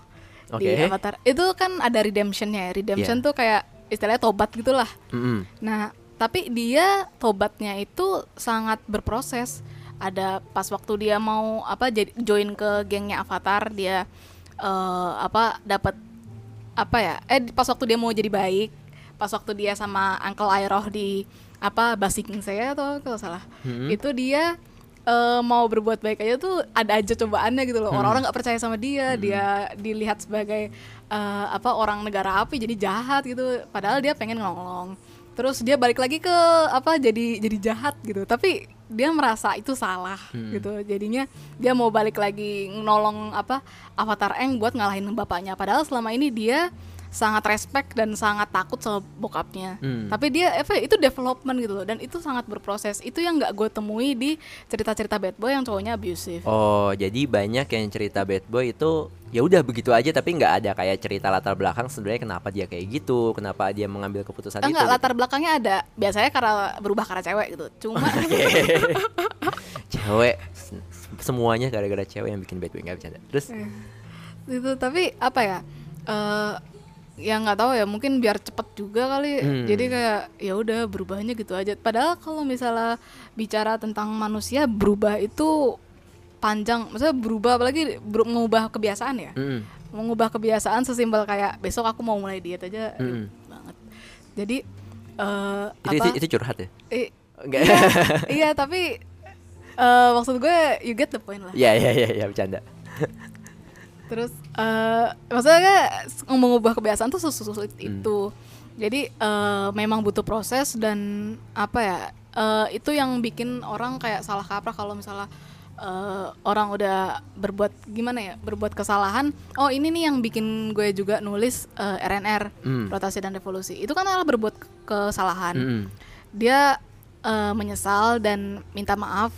di
Oke.
Avatar. Itu kan ada redemptionnya ya. Redemption
Iya.
tuh kayak istilahnya tobat gitulah.
Mm-mm.
Nah, tapi dia tobatnya itu sangat berproses. Ada pas waktu dia mau apa jadi join ke gengnya Avatar, dia eh, apa dapat apa ya? Eh pas waktu dia mau jadi baik, pas waktu dia sama Uncle Iroh di apa basing saya atau kalau salah.
Hmm.
Itu dia eh, mau berbuat baik aja tuh ada aja cobaannya gitu loh. Orang-orang nggak percaya sama dia, dia dilihat sebagai eh, apa orang negara api jadi jahat gitu. Padahal dia pengen ngelong terus dia balik lagi ke apa jadi jadi jahat gitu tapi dia merasa itu salah gitu jadinya dia mau balik lagi nolong apa avatar Eng buat ngalahin bapaknya padahal selama ini dia sangat respect dan sangat takut sama bokapnya
Hmm.
tapi dia apa ya, itu development gitu loh dan itu sangat berproses itu yang nggak gue temui di cerita-cerita bad boy yang cowoknya abusive
Oh jadi banyak yang cerita bad boy itu ya udah begitu aja tapi nggak ada kayak cerita latar belakang sebenarnya kenapa dia kayak gitu kenapa dia mengambil keputusan
Eh,
itu
enggak
gitu. Oh,
latar belakangnya ada biasanya karena berubah karena cewek gitu cuma
iya,
[laughs]
cewek se- semuanya gara-gara cewek yang bikin bad boy nggak bercanda terus
Eh. itu tapi apa ya eh yang nggak tahu ya mungkin biar cepet juga kali
Hmm.
jadi kayak ya udah berubahnya gitu aja padahal kalau misalnya bicara tentang manusia berubah itu panjang maksudnya berubah apalagi beru- mengubah kebiasaan ya
mm-mm.
mengubah kebiasaan sesimpel kayak besok aku mau mulai diet aja
Mm-mm.
ribet banget jadi eh
Hmm. itu,
apa
itu itu curhat ya
eh,
Enggak.
iya, iya, tapi eh maksud gue you get the point lah
ya ya ya ya bercanda
Terus eh maksudnya kayak s- mengubah kebiasaan tuh sesulit itu. Jadi eh, memang butuh proses dan apa ya? eh, itu yang bikin orang kayak salah kaprah kalau misalnya eh, orang udah berbuat gimana ya? Berbuat kesalahan. Oh, ini nih yang bikin gue juga nulis eh, RNR,
Hmm.
rotasi dan revolusi. Itu kan adalah berbuat ke- kesalahan
Mm-mm.
dia eh, menyesal dan minta maaf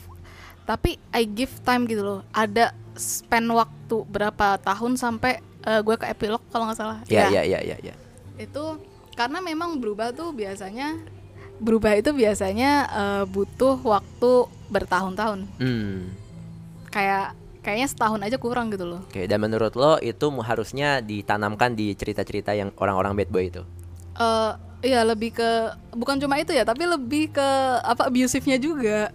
tapi I give time gitu loh ada span waktu berapa tahun sampai eh, gue ke epilog kalau nggak salah
ya
Ya,
ya ya ya ya
itu karena memang berubah tuh biasanya berubah itu biasanya eh, butuh waktu bertahun-tahun
Hmm.
kayak kayaknya setahun aja kurang gitu loh
Oke, dan menurut lo itu mu- harusnya ditanamkan di cerita-cerita yang orang-orang bad boy itu.
Eh, Iya lebih ke bukan cuma itu ya, tapi lebih ke apa abusifnya juga.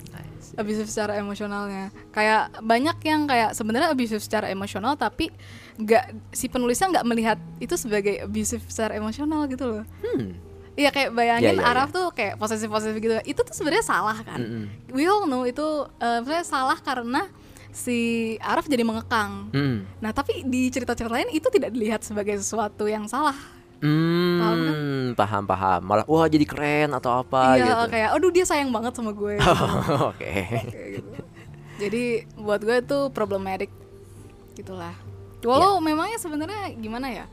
Abusif secara emosionalnya. Kayak banyak yang kayak sebenarnya abusif secara emosional tapi nggak si penulisnya nggak melihat itu sebagai abusif secara emosional gitu loh.
Hmm.
Iya kayak
Iya, Hmm.
bayangin
iya,
Araf tuh kayak posesif-posesif gitu. Itu tuh sebenarnya salah kan.
Mm-mm.
We all know itu eh, sebenarnya salah karena si Araf jadi mengekang.
Hmm.
Nah, tapi di cerita-cerita lain itu tidak dilihat sebagai sesuatu yang salah. kan?
Hmm, paham paham. Malah wah jadi keren atau apa
iya,
gitu.
kayak aduh dia sayang banget sama gue.
[laughs] Oke.
Kayak gitu. Jadi buat gue itu problematic gitulah.
Iya.
Walau memangnya sebenarnya gimana ya?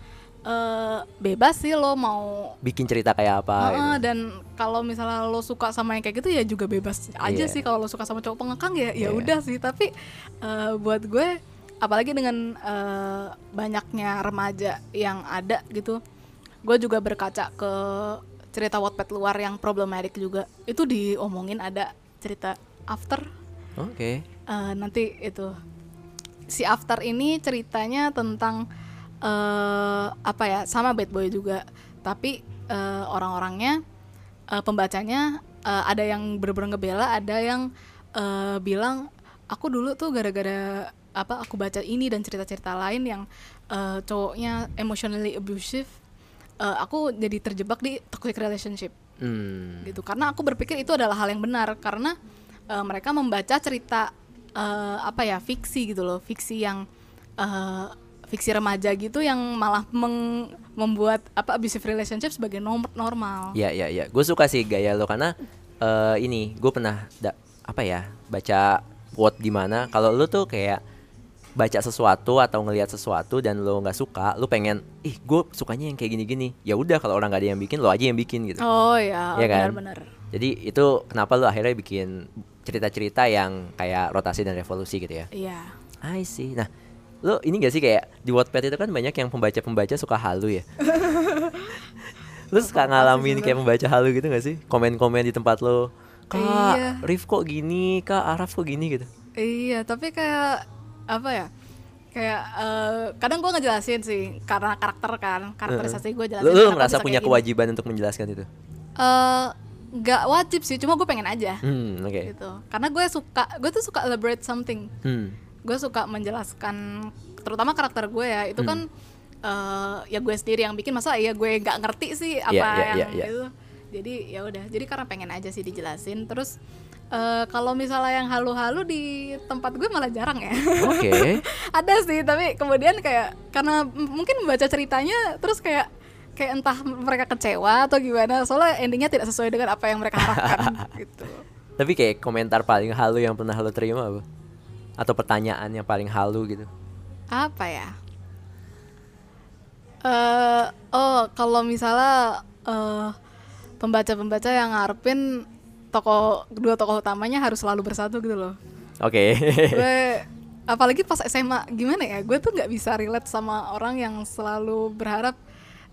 Eh bebas sih lo mau
Bikin cerita kayak apa gitu.
Heeh, dan kalau misalnya lo suka sama yang kayak gitu ya juga bebas aja
Iya.
sih kalau lo suka sama cowok pengekang ya
Iya.
ya udah sih tapi eh, buat gue apalagi dengan eh, banyaknya remaja yang ada gitu gue juga berkaca ke cerita Wattpad luar yang problematik juga itu diomongin ada cerita after
Oke.
Eh, nanti itu si After ini ceritanya tentang eh apa ya sama Bad Boy juga tapi eh, orang-orangnya eh, pembacanya eh, ada yang bener-bener ngebela ada yang eh, bilang aku dulu tuh gara-gara apa aku baca ini dan cerita-cerita lain yang eh, cowoknya emotionally abusive eh, aku jadi terjebak di toxic relationship
Hmm.
gitu karena aku berpikir itu adalah hal yang benar karena eh, mereka membaca cerita eh, apa ya fiksi gitu loh fiksi yang eh, fiksi remaja gitu yang malah meng- membuat apa abusive relationship sebagai nom- normal
Ya ya ya, gue suka sih gaya lo karena eh, ini gue pernah da- apa ya baca quote di mana kalau lo tuh kayak baca sesuatu atau ngelihat sesuatu dan lo nggak suka, lo pengen ih gue sukanya yang kayak gini-gini. Ya udah kalau orang nggak ada yang bikin lo aja yang bikin gitu.
oh ya
Iya kan?
benar-benar
Jadi itu kenapa lo akhirnya bikin cerita-cerita yang kayak rotasi dan revolusi gitu ya?
iya
I see. Nah, lo ini gak sih kayak di Wattpad itu kan banyak yang pembaca-pembaca suka halu
[laughs]
ya. lo suka ngalamin kayak pembaca halu gitu gak sih? Komen-komen di tempat lo. Kak,
Iya.
Rif kok gini? Kak, Araf kok gini gitu?
Iya, tapi kayak apa ya? Kayak eh, kadang gue ngejelasin sih karena karakter kan, karakterisasi gue jelasin.
Lo, lo
kenapa
ngerasa
bisa
punya
kayak gini.
kewajiban untuk menjelaskan itu?
Eh, nggak wajib sih, cuma gue pengen aja
Hmm, oke.
gitu. Karena gue suka, gue tuh suka elaborate something.
Hmm,
Gue suka menjelaskan, terutama karakter gue ya. Itu kan eh, ya gue sendiri yang bikin, masa ya gue nggak ngerti sih apa
Iya, iya,
yang
iya, iya.
itu. Jadi ya udah, jadi karena pengen aja sih dijelasin. Terus eh, kalau misalnya yang halu-halu di tempat gue malah jarang ya. [laughs]
oke.
ada sih tapi kemudian kayak karena m- mungkin membaca ceritanya terus kayak kayak entah mereka kecewa atau gimana soalnya endingnya tidak sesuai dengan apa yang mereka harapkan gitu
Tapi kayak komentar paling halu yang pernah lo terima apa? Atau pertanyaan yang paling halu gitu?
apa ya eh oh kalau misalnya eh, pembaca-pembaca yang ngarepin toko kedua tokoh utamanya harus selalu bersatu gitu loh
Oke. [laughs]
gue apalagi pas SMA gimana ya gue tuh nggak bisa relate sama orang yang selalu berharap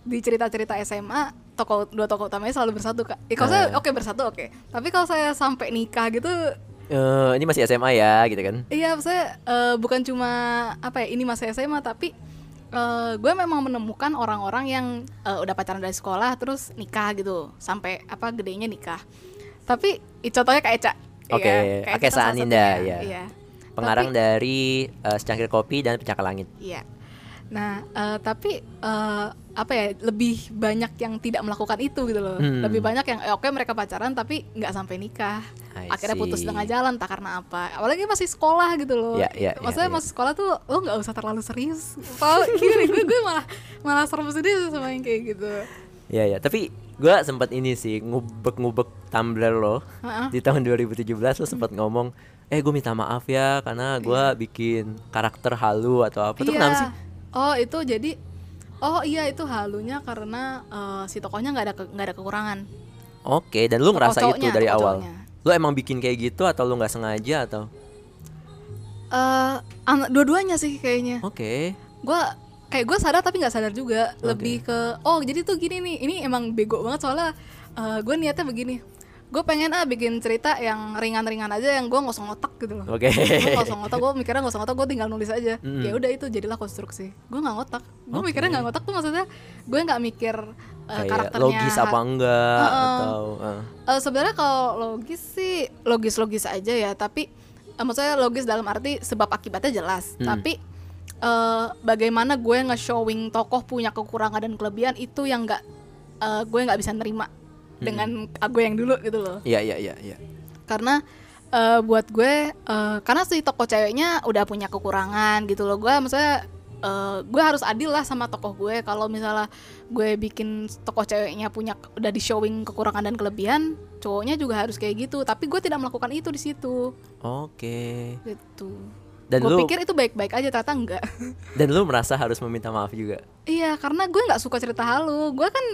di cerita-cerita SMA tokoh dua tokoh utamanya selalu bersatu kak. Eh, kalau saya oke bersatu oke, tapi kalau saya sampai nikah gitu,
Eh, ini masih SMA ya gitu kan?
iya saya eh, bukan cuma apa ya ini masih SMA tapi eh, gue memang menemukan orang-orang yang eh, udah pacaran dari sekolah terus nikah gitu sampai apa gedenya nikah. Tapi eh, contohnya kak Eca. ya,
Oke,
Kak Eca
Oke,
kan salah
Saaninda,
satunya,
ya.
Iya.
Pengarang
Tapi-
dari eh, Secangkir Kopi dan Pencakar Langit.
Iya. Nah, eh, tapi eh, apa ya? Lebih banyak yang tidak melakukan itu gitu loh.
Hmm.
Lebih banyak yang eh, oke mereka pacaran tapi nggak sampai nikah.
I
Akhirnya putus
see.
setengah jalan tak karena apa. Apalagi masih sekolah gitu loh.
Ya, ya, ya,
Maksudnya
ya.
masih sekolah tuh lo nggak usah terlalu serius. Tau [laughs] gini gue gue malah malah serem sendiri sama yang kayak gitu.
Ya ya, tapi gua sempat ini sih ngubek-ngubek Tumblr lo
Ha-ha.
di tahun 2017 lo sempat ngomong, "Eh, gue minta maaf ya karena gua bikin karakter halu atau apa." Itu
Iya.
kenapa sih?
Oh itu jadi oh iya itu halunya karena eh, si tokohnya nggak ada ke- nggak ada kekurangan.
Oke, dan lu
Tokoh
ngerasa itu
cowoknya,
dari
tokoh
awal.
cowoknya.
Lu emang bikin kayak gitu atau lu nggak sengaja atau?
Eh, an- dua-duanya sih kayaknya.
Oke.
gue kayak gue sadar tapi nggak sadar juga
Oke.
lebih ke oh jadi tuh gini nih ini emang bego banget soalnya gue niatnya begini gue pengen ah bikin cerita yang ringan-ringan aja yang gue ngosong otak gitu loh
Oke.
gue ngosong otak gue mikirnya ngosong otak gue tinggal nulis aja
Mm.
ya udah itu jadilah konstruksi gue nggak ngotak gue
Oke.
mikirnya nggak ngotak tuh maksudnya gue nggak mikir
[laughs]
eh,
kayak
karakternya
logis apa enggak
Heeh.
atau eh,
Eh, sebenarnya kalau logis sih logis-logis aja ya, tapi eh, maksudnya logis dalam arti sebab akibatnya jelas.
Hmm.
Tapi eh, bagaimana gue nge-showing tokoh punya kekurangan dan kelebihan itu yang nggak eh, gue nggak bisa nerima dengan gue yang dulu gitu loh.
iya iya iya iya
Karena eh, buat gue eh, karena si tokoh ceweknya udah punya kekurangan gitu loh. Gue maksudnya eh, gue harus adil lah sama tokoh gue kalau misalnya gue bikin tokoh ceweknya punya udah di showing kekurangan dan kelebihan cowoknya juga harus kayak gitu tapi gue tidak melakukan itu di situ
oke
gitu
dan
gue
lu
pikir itu baik-baik aja ternyata enggak [laughs]
dan lu merasa harus meminta maaf juga
iya karena gue nggak suka cerita halu gue kan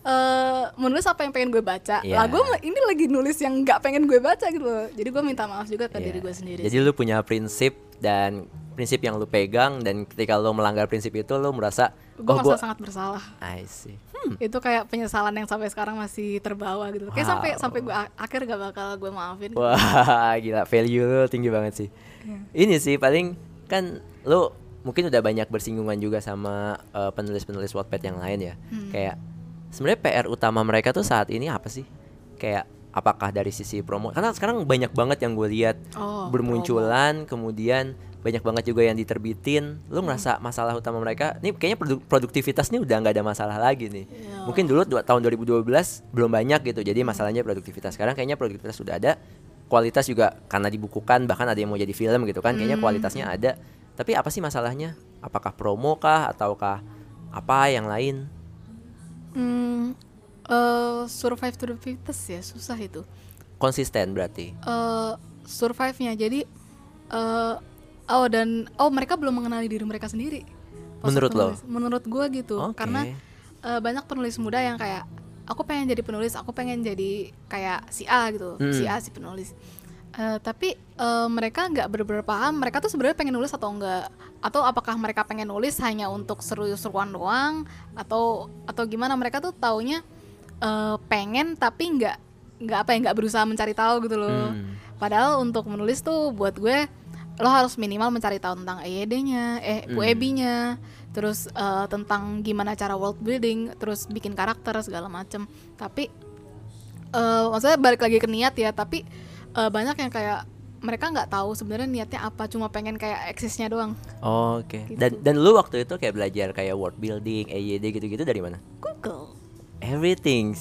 eh, menulis apa yang pengen gue baca
Iya.
lah gue mah- ini lagi nulis yang nggak pengen gue baca gitu loh jadi gue minta maaf juga ke
Iya.
diri gue sendiri
Jadi lu punya prinsip dan prinsip yang lu pegang dan ketika lu melanggar prinsip itu lu merasa
gue
oh
merasa
gua Hmm.
sangat bersalah
[laughs] I see.
itu kayak penyesalan yang sampai sekarang masih terbawa gitu kayak
Wow.
sampai sampai gue a- akhir gak bakal gue maafin gitu.
Wah, gila value lu tinggi banget sih.
Iya.
Ini sih paling kan lu mungkin udah banyak bersinggungan juga sama eh, penulis-penulis Wattpad yang lain ya.
Hmm.
Kayak sebenarnya PR utama mereka tuh saat ini apa sih? Kayak apakah dari sisi promo? Karena sekarang banyak banget yang gue lihat
Oh,
bermunculan kemudian banyak banget juga yang diterbitin lu
Hmm.
merasa masalah utama mereka nih kayaknya produ- produktivitas nih udah nggak ada masalah lagi nih
Iya.
mungkin dulu dua, tahun 2012 belum banyak gitu jadi masalahnya produktivitas sekarang kayaknya produktivitas sudah ada kualitas juga karena dibukukan bahkan ada yang mau jadi film gitu kan
Hmm.
kayaknya kualitasnya ada tapi apa sih masalahnya apakah promo kah ataukah apa yang lain
Hmm, eh, survive to the fittest ya susah itu.
konsisten berarti
eh survive-nya jadi eh oh dan oh mereka belum mengenali diri mereka sendiri. Pas
Menurut
waktu
lo?
nulis. Menurut gua gitu
Oke.
karena eh, banyak penulis muda yang kayak aku pengen jadi penulis, aku pengen jadi kayak si A gitu,
Hmm.
si A si penulis. Eh, tapi eh, mereka nggak bener-bener paham mereka tuh sebenarnya pengen nulis atau enggak atau apakah mereka pengen nulis hanya untuk seru-seruan doang atau atau gimana mereka tuh taunya eh, pengen tapi nggak nggak apa ya nggak berusaha mencari tahu gitu loh
Hmm.
padahal untuk menulis tuh buat gue lo harus minimal mencari tahu tentang EYD-nya, eh
Hmm.
UEB-nya, terus eh, tentang gimana cara world building, terus bikin karakter segala macem. Tapi eh maksudnya balik lagi ke niat ya, tapi eh, banyak yang kayak mereka nggak tahu sebenarnya niatnya apa, cuma pengen kayak eksisnya doang.
oke
Gitu.
dan dan lu waktu itu kayak belajar kayak world building EYD gitu-gitu dari mana
Google.
everything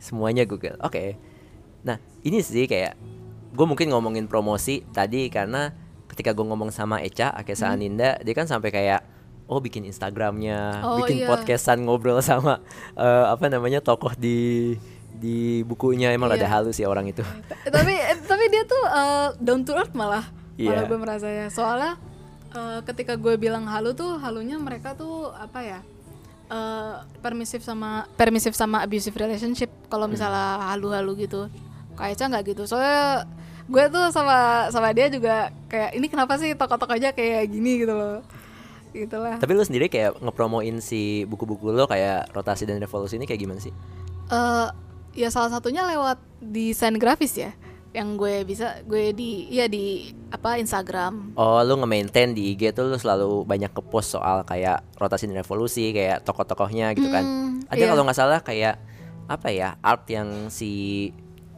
semuanya Google. Oke. Nah, ini sih kayak gue mungkin ngomongin promosi tadi karena ketika gue ngomong sama Eca
Hmm.
Akesa Aninda, dia kan sampai kayak oh bikin Instagramnya,
Oh,
bikin
iya.
podcastan ngobrol sama eh, apa namanya tokoh di di bukunya emang ada
Iya.
halus ya orang itu.
T- tapi tapi dia tuh eh, down to earth malah malah
Iya.
gue merasa ya soalnya eh, ketika gue bilang halu tuh halunya mereka tuh apa ya eh permisif sama permisif sama abusive relationship kalau misalnya halu-halu gitu kayak Eca nggak gitu soalnya gue tuh sama sama dia juga kayak ini kenapa sih tokoh-tokoh aja kayak gini gitu loh gitulah
Tapi lu sendiri kayak ngepromoin si buku-buku lo kayak rotasi dan revolusi ini kayak gimana sih?
Eh, ya salah satunya lewat desain grafis ya yang gue bisa gue di ya di apa Instagram
Oh, lu nge-maintain di IG tuh lu selalu banyak ke-post soal kayak rotasi dan revolusi, kayak tokoh-tokohnya gitu kan.
Hmm,
Ada
iya.
kalau nggak salah kayak apa ya, art yang si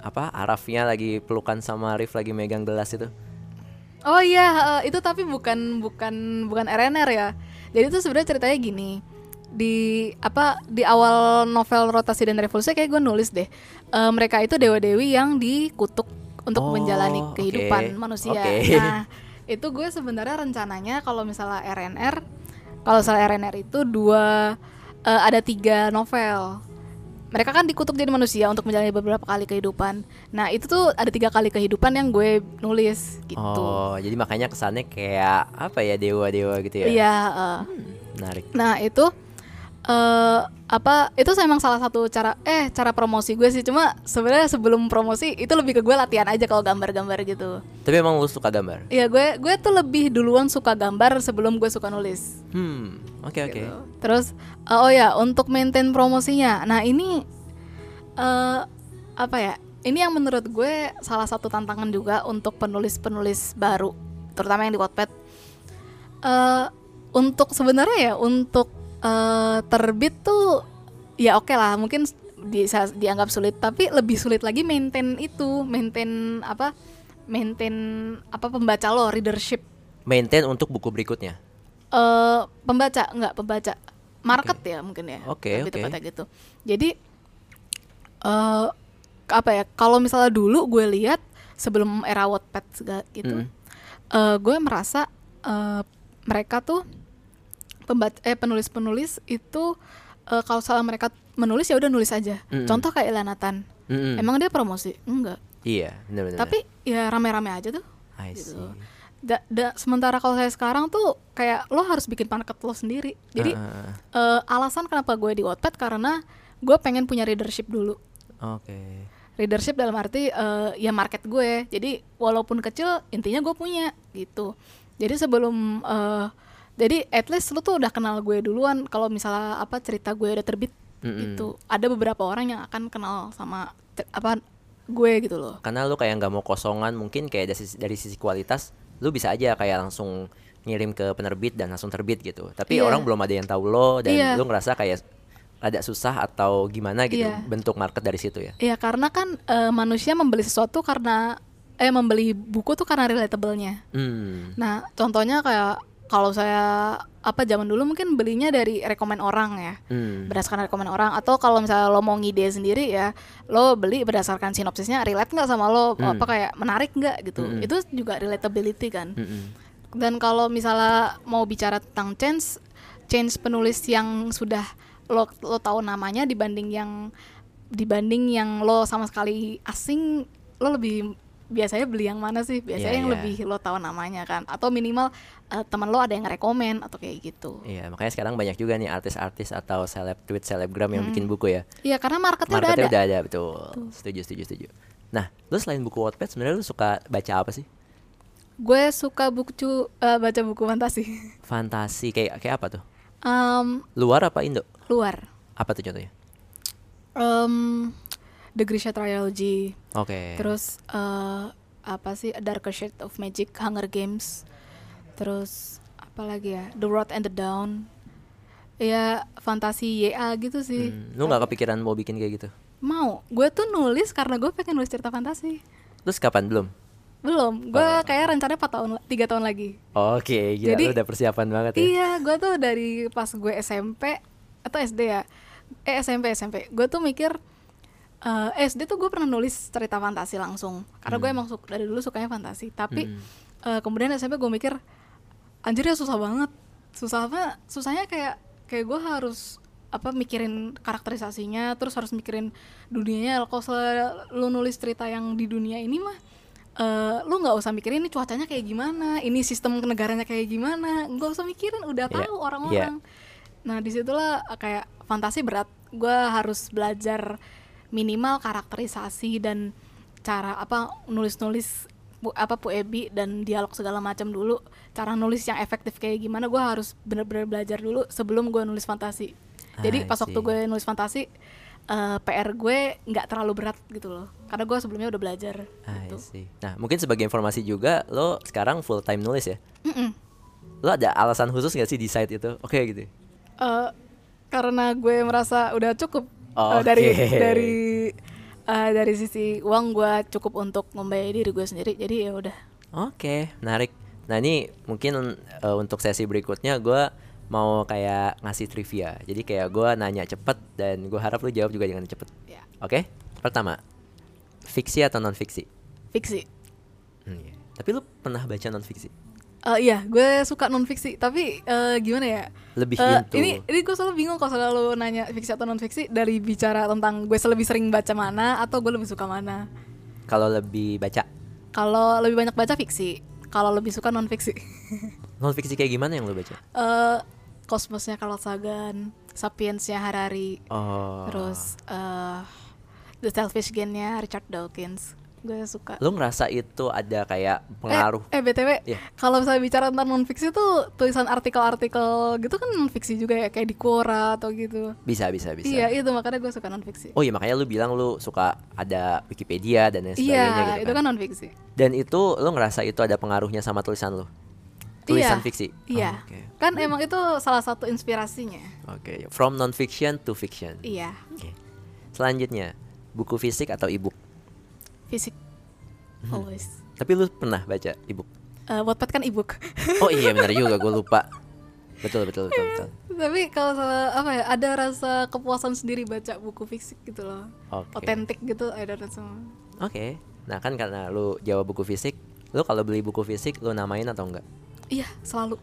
apa Arafnya lagi pelukan sama Arif lagi megang gelas itu.
Oh iya, eh, itu tapi bukan bukan bukan RNR ya. Jadi itu sebenarnya ceritanya gini. Di apa di awal novel Rotasi dan Revolusi kayak gue nulis deh. Eh, mereka itu dewa-dewi yang dikutuk
Oh,
untuk menjalani
oke.
kehidupan manusia.
Oke. [laughs]
Nah, itu gue sebenarnya rencananya kalau misalnya RNR kalau misalnya RNR itu dua eh, ada tiga novel. Mereka kan dikutuk jadi manusia untuk menjalani beberapa kali kehidupan. Nah, itu tuh ada tiga kali kehidupan yang gue nulis gitu.
Oh, jadi makanya kesannya kayak apa ya dewa-dewa gitu ya.
Iya. eh.
Menarik.
Nah itu eh apa itu saya emang salah satu cara eh cara promosi gue sih cuma sebenarnya sebelum promosi itu lebih ke gue latihan aja kalau gambar-gambar gitu.
Tapi emang lu suka gambar?
Iya gue gue tuh lebih duluan suka gambar sebelum gue suka nulis.
Hmm. Oke, oke.
gitu. Terus eh, oh ya untuk maintain promosinya. Nah ini eh apa ya? Ini yang menurut gue salah satu tantangan juga untuk penulis-penulis baru, terutama yang di Wattpad. Eh untuk sebenarnya ya untuk eh, terbit tuh ya oke lah mungkin di, dianggap sulit tapi lebih sulit lagi maintain itu maintain apa maintain apa pembaca lo readership
maintain untuk buku berikutnya
eh pembaca nggak pembaca market ya mungkin ya
Oke,
lebih
oke.
tepatnya gitu jadi eh apa ya kalau misalnya dulu gue lihat sebelum era Wattpad segala gitu
Mm.
eh, gue merasa eh, mereka tuh pembaca eh penulis-penulis itu eh, kalau salah mereka menulis ya udah nulis aja
Mm-mm.
contoh kayak Lanatan
Mm-mm.
emang dia promosi enggak
Hmm. iya benar-benar
tapi ya rame-rame aja tuh
I see.
gitu. Da- da- sementara kalau saya sekarang tuh kayak lo harus bikin market lo sendiri jadi
Ah, ah,
eh, alasan kenapa gue di Wattpad karena gue pengen punya readership dulu
ah. oke
readership dalam arti eh, ya market gue jadi walaupun kecil intinya gue punya gitu jadi sebelum eh, jadi at least lu tuh udah kenal gue duluan kalau misalnya apa cerita gue udah terbit
Mm-mm.
gitu ada beberapa orang yang akan kenal sama cer- apa gue gitu loh
karena lu kayak nggak mau kosongan mungkin kayak dari sisi, dari sisi kualitas lu bisa aja kayak langsung ngirim ke penerbit dan langsung terbit gitu tapi
Iya.
orang belum ada yang tahu lo dan
Iya.
lu ngerasa kayak ada susah atau gimana gitu
Iya.
bentuk market dari situ ya
ya karena kan eh, manusia membeli sesuatu karena eh membeli buku tuh karena relatable-nya
hmm
Nah, contohnya kayak kalau saya apa zaman dulu mungkin belinya dari rekomen orang ya.
Hmm.
Berdasarkan rekomen orang atau kalau misalnya lo mau ngide sendiri ya, lo beli berdasarkan sinopsisnya relate nggak sama lo
Hmm.
apa kayak menarik nggak gitu.
Hmm.
Itu juga relatability kan.
Mm-mm.
Dan kalau misalnya mau bicara tentang change, change penulis yang sudah lo lo tahu namanya dibanding yang dibanding yang lo sama sekali asing, lo lebih biasanya beli yang mana sih? Biasanya
Iya,
yang
iya.
lebih lo tahu namanya kan atau minimal eh, teman lo ada yang rekomen atau kayak gitu.
Iya, makanya sekarang banyak juga nih artis-artis atau seleb tweet selebgram yang bikin buku ya.
Iya, karena marketnya,
Marketnya
udah ada.
udah ada, betul. Setuju, setuju, setuju. Nah, lu selain buku Wattpad sebenarnya lu suka baca apa sih?
Gue suka buku eh, baca buku fantasi. [laughs]
Fantasi kayak kayak apa tuh?
Em,
Luar apa Indo?
luar.
Apa tuh contohnya?
Em, The Grisha Trilogy.
Oke.
Terus eh, apa sih A Darker Shade of Magic, Hunger Games. Terus apa lagi ya? The Rod and the Down. Ya fantasi YA gitu sih.
Hmm, lu nggak kepikiran mau bikin kayak gitu?
Mau, gue tuh nulis karena gue pengen nulis cerita fantasi.
Terus kapan belum?
Belum, gue
Oh.
kayak rencananya 4 tahun, 3 tahun lagi.
Oke, gila
Jadi-
lu udah persiapan banget ya.
Iya, gue tuh dari pas gue SMP atau SD ya, eh SMP SMP, gue tuh mikir eh, SD tuh gue pernah nulis cerita fantasi langsung, karena
Hmm.
gue emang suka, dari dulu sukanya fantasi. Tapi eh, kemudian SMP gue mikir, anjir ya susah banget, susah apa? Susahnya kayak kayak gue harus apa mikirin karakterisasinya, terus harus mikirin dunianya. Kalau sel- lu nulis cerita yang di dunia ini mah eh, lu nggak usah mikirin ini cuacanya kayak gimana, ini sistem negaranya kayak gimana, nggak usah mikirin, udah
Iya,
tahu orang-orang. Nah disitulah eh, kayak fantasi berat, gue harus belajar minimal karakterisasi dan cara apa nulis-nulis pu- apa puebi dan dialog segala macam dulu. Cara nulis yang efektif kayak gimana, gue harus bener-bener belajar dulu sebelum gue nulis fantasi.
I
Jadi pas waktu
see.
gue nulis fantasi, eh, PR gue nggak terlalu berat gitu loh, karena gue sebelumnya udah belajar.
I
gitu.
see. Nah, mungkin sebagai informasi juga lo sekarang full time nulis ya.
Mm-mm.
Lo ada alasan khusus gak sih decide itu? Oke gitu.
Eh, karena gue merasa udah cukup
Oke.
eh, dari dari eh, dari sisi uang gue cukup untuk membayar diri gue sendiri jadi ya udah
Oke, menarik. Nah ini mungkin eh, untuk sesi berikutnya gue mau kayak ngasih trivia. Jadi kayak gue nanya cepet dan gue harap lu jawab juga dengan cepet.
ya
Oke? Pertama, fiksi atau non fiksi?
fiksi
Tapi lu pernah baca non fiksi?
Eh, iya gue suka non fiksi tapi eh, gimana ya
Lebih
Eh,
into.
ini ini gue selalu bingung kalau selalu nanya fiksi atau non fiksi dari bicara tentang gue lebih sering baca mana atau gue lebih suka mana
Kalau lebih baca
kalau lebih banyak baca fiksi kalau lebih suka non fiksi
non fiksi kayak gimana yang lu baca?
[laughs] Eh, kosmosnya Carl Sagan sapiensnya Harari
Oh.
Terus eh The Selfish Game-nya Richard Dawkins. Gue suka.
Lu ngerasa itu ada kayak pengaruh?
Eh, eh, BTW,
Iya.
kalau misalnya bicara tentang non fiksi tuh tulisan artikel-artikel gitu kan non fiksi juga ya kayak di Quora atau gitu.
Bisa bisa bisa.
Iya, itu makanya gue suka non fiksi.
Oh iya makanya lu bilang lu suka ada Wikipedia dan lain sebagainya gitu
Iya, itu kan non fiksi.
Dan itu lo ngerasa itu ada pengaruhnya sama tulisan lo? tulisan
Iya.
fiksi.
Iya.
Oh, Oke.
Kan emang itu salah satu inspirasinya.
Oh, Oke, from non fiction to fiction.
Iya,
Oke. Selanjutnya, buku fisik atau e-book.
fisik
Hmm.
always.
Tapi lu pernah baca e-book?
Eh, Wattpad kan e-book. [laughs]
Oh iya, benar juga gue lupa. Betul, betul, betul, betul.
Tapi kalau salah apa ya, ada rasa kepuasan sendiri baca buku fisik gitu loh.
Oke.
Otentik gitu ada rasa.
Oke. Nah, kan karena lu jawab buku fisik, lu kalau beli buku fisik lu namain atau enggak?
Iya, selalu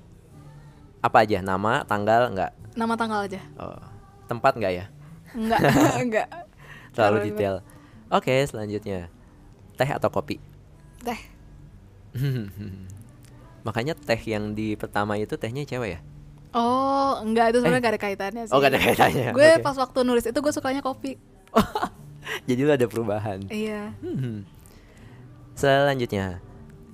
Apa aja? Nama, tanggal enggak?
nama tanggal aja.
Oh, tempat enggak ya?
Enggak, enggak.
Terlalu
Taruh di-
detail. Oke, selanjutnya. Teh atau kopi?
Teh.
Makanya teh yang di pertama itu tehnya cewek ya? [laughs]
Oh, enggak itu sebenarnya gak ada kaitannya sih.
Oh, nggak ada kaitannya.
Gue
Oke.
pas waktu nulis itu gue sukanya kopi.
Jadi lu ada perubahan.
Iya.
Hmm. Selanjutnya,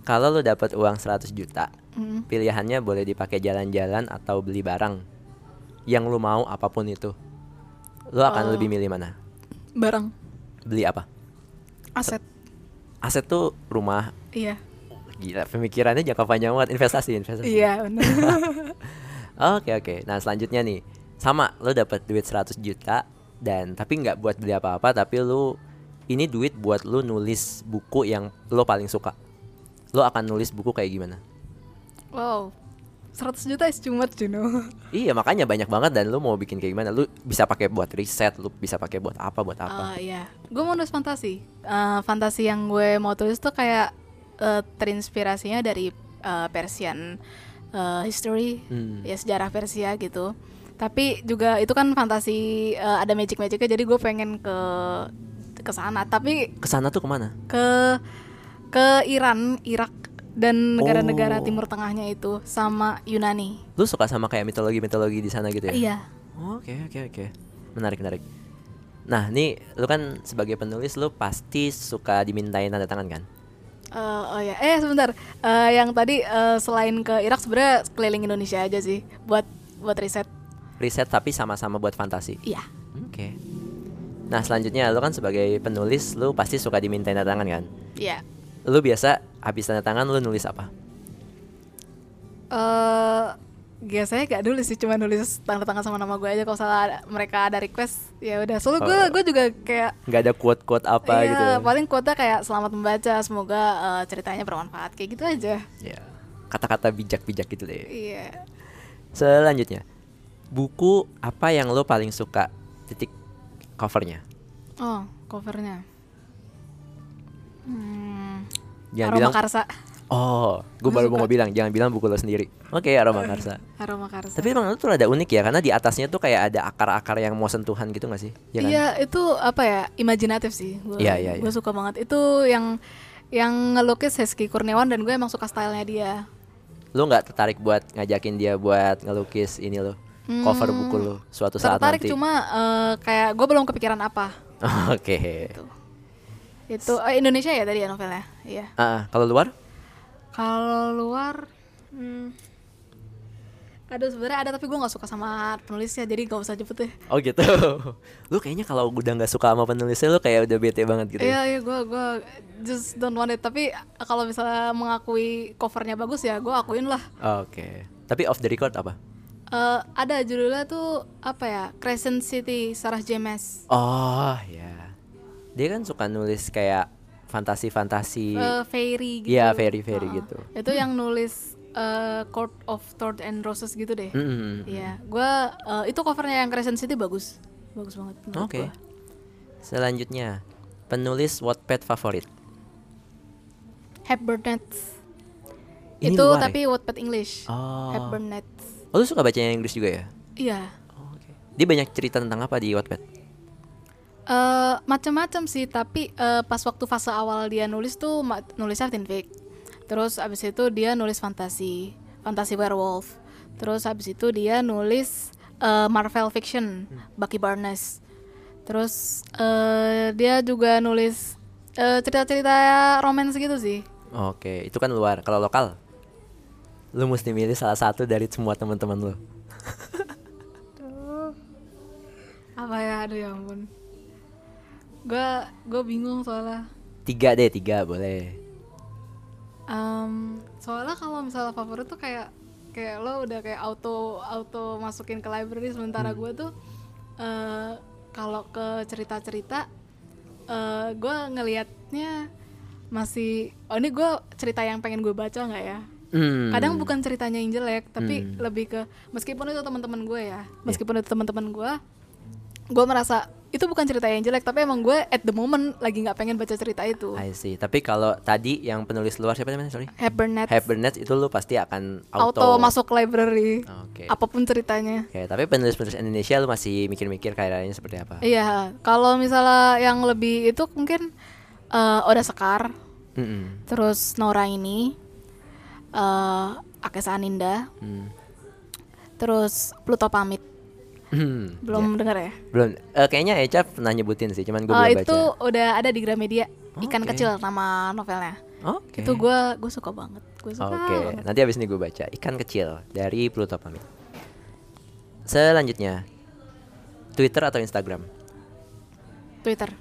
kalau lu dapat uang 100 juta,
Mm.
pilihannya boleh dipakai jalan-jalan atau beli barang. Yang lu mau apapun itu. Lu akan
Oh.
lebih milih mana?
Barang,
Beli apa?
aset.
Aset tuh rumah.
Iya.
Gila, pemikirannya jangka panjang banget. Investasi, investasi.
Iya, benar.
Oke, oke. Nah, selanjutnya nih. Sama, lu dapat duit 100 juta dan tapi nggak buat beli apa-apa, tapi lu ini duit buat lu nulis buku yang lu paling suka. Lu akan nulis buku kayak gimana?
[laughs] wow. 100 juta is too much, you know.
Iya makanya banyak banget dan lu mau bikin kayak gimana? Lu bisa pakai buat riset, lu bisa pakai buat apa buat apa?
Ah, iya. Gue mau nulis fantasi. Eh, fantasi yang gue mau tulis tuh kayak eh, terinspirasinya dari eh, Persian eh, history,
Hmm.
ya sejarah Persia gitu. Tapi juga itu kan fantasi eh, ada magic-magicnya jadi gue pengen ke ke sana, tapi
Kesana tuh kemana?
ke ke Iran, Irak dan negara-negara
Oh.
timur tengahnya itu sama Yunani.
Lu suka sama kayak mitologi-mitologi di sana gitu ya?
Iya.
Oke oke oke. Menarik menarik. Nah nih lu kan sebagai penulis lu pasti suka dimintain tanda tangan kan?
Eh, oh ya, eh sebentar. Eh, yang tadi eh, selain ke Irak sebenarnya keliling Indonesia aja sih buat buat riset.
Riset tapi sama-sama buat fantasi.
Iya.
Oke. Nah selanjutnya lu kan sebagai penulis lu pasti suka dimintain tanda tangan kan?
Iya.
Lu biasa habis tanda tangan lu nulis apa?
Eh biasanya gak nulis sih, cuma nulis tanda tangan sama nama gue aja kalau salah ada- mereka ada request. Ya udah, soalnya gue
Oh.
gue juga kayak
Nggak ada quote-quote apa
iya,
gitu? ya?
paling kuota kayak selamat membaca, semoga eh, ceritanya bermanfaat kayak gitu aja.
Ya, kata-kata bijak-bijak gitu deh.
Iya.
Selanjutnya, buku apa yang lo paling suka? Titik covernya.
Oh, covernya. Hmm.
Jangan
Aroma
bilang.
Karsa.
Oh, gue
Gua
baru mau
suka.
bilang jangan bilang buku lo sendiri. Oke, aroma karsa.
Aroma Karsa.
Tapi emang lo tuh ada unik ya, karena di atasnya tuh kayak ada akar-akar yang mau sentuhan gitu gak sih? Ya kan?
Iya, itu apa ya? Imajinatif sih. Gue
Iya, iya, iya.
suka banget. Itu yang yang ngelukis Hesky Kurniawan dan gue emang suka stylenya dia.
Lo nggak tertarik buat ngajakin dia buat ngelukis ini lo, cover
Hmm,
buku lo suatu saat
Tertarik
nanti.
cuma eh, kayak gue belum kepikiran apa.
[laughs] Oke.
Itu eh, Indonesia ya tadi ya novelnya. Iya.
Ah, kalau luar?
Kalau luar hmm, Aduh sebenarnya ada tapi gue nggak suka sama penulisnya jadi gak usah jemput deh.
Oh gitu. [laughs] Lu kayaknya kalau udah nggak suka sama penulisnya lu kayak udah bete banget gitu. ya?
Iya iya gue gue just don't want it tapi kalau misalnya mengakui covernya bagus ya gue akuin lah.
Oke. Tapi off the record apa?
Eh, ada judulnya tuh apa ya Crescent City Sarah James
Oh ya. Dia kan suka nulis kayak fantasi-fantasi.
Eh, Fairy gitu
Iya, fairy-fairy
Heeh.
gitu.
itu yang nulis eh, Court of Thorns and Roses gitu deh
Mm-mm.
Iya gua eh, itu covernya yang Crescent City bagus bagus banget menurut
Oke.
gua.
Selanjutnya, penulis Wattpad favorit.
Hep Burnett
Ini
itu
luar ya?
tapi Wattpad English
Oh.
Hep Burnett
Oh, lu suka baca yang Inggris juga ya?
iya
Oh, Oke. Dia banyak cerita tentang apa di Wattpad?
Eh macam-macam sih tapi eh, pas waktu fase awal dia nulis tuh ma- nulisnya teen fic terus abis itu dia nulis fantasi fantasi werewolf terus abis itu dia nulis eh, Marvel fiction Bucky Barnes terus eh, dia juga nulis eh, cerita-cerita romance gitu sih
Oke, itu kan luar. Kalau lokal, lu mesti milih salah satu dari semua teman-teman lu.
apa ya aduh ya ampun gue gue bingung soalnya
Tiga deh, tiga boleh.
Um, soalnya kalau misalnya favorit tuh kayak kayak lo udah kayak auto auto masukin ke library sementara
Hmm.
gue tuh eh kalau ke cerita-cerita eh gue ngelihatnya masih oh ini gue cerita yang pengen gue baca nggak ya
Hmm.
kadang bukan ceritanya yang jelek tapi
Hmm. Iya.
lebih ke meskipun itu teman-teman gue ya meskipun itu teman-teman gue gue merasa itu bukan cerita yang jelek tapi emang gue at the moment lagi nggak pengen baca cerita itu
I see. Tapi kalau tadi yang penulis luar siapa namanya? Sorry.
Habernet
Habernet itu lu pasti akan auto,
auto masuk library
Oke.
apapun ceritanya
Oke, tapi penulis-penulis Indonesia lu masih mikir-mikir karyanya seperti apa?
iya kalau misalnya yang lebih itu mungkin eh Oda Sekar
Mm-mm.
terus Nora ini eh Akesa Aninda
Hmm.
terus Pluto pamit
Hmm.
belum dengar ya
Belum. Eh, kayaknya Echa pernah nyebutin sih, cuman gue
Eh,
belum
itu
baca. Oh,
udah ada di Gramedia ikan
Oke.
kecil nama novelnya
Oke.
itu gue gue suka banget gue
Oke,
suka banget.
nanti abis ini gue baca Ikan Kecil dari Pluto Pamit Selanjutnya Twitter atau Instagram?
Twitter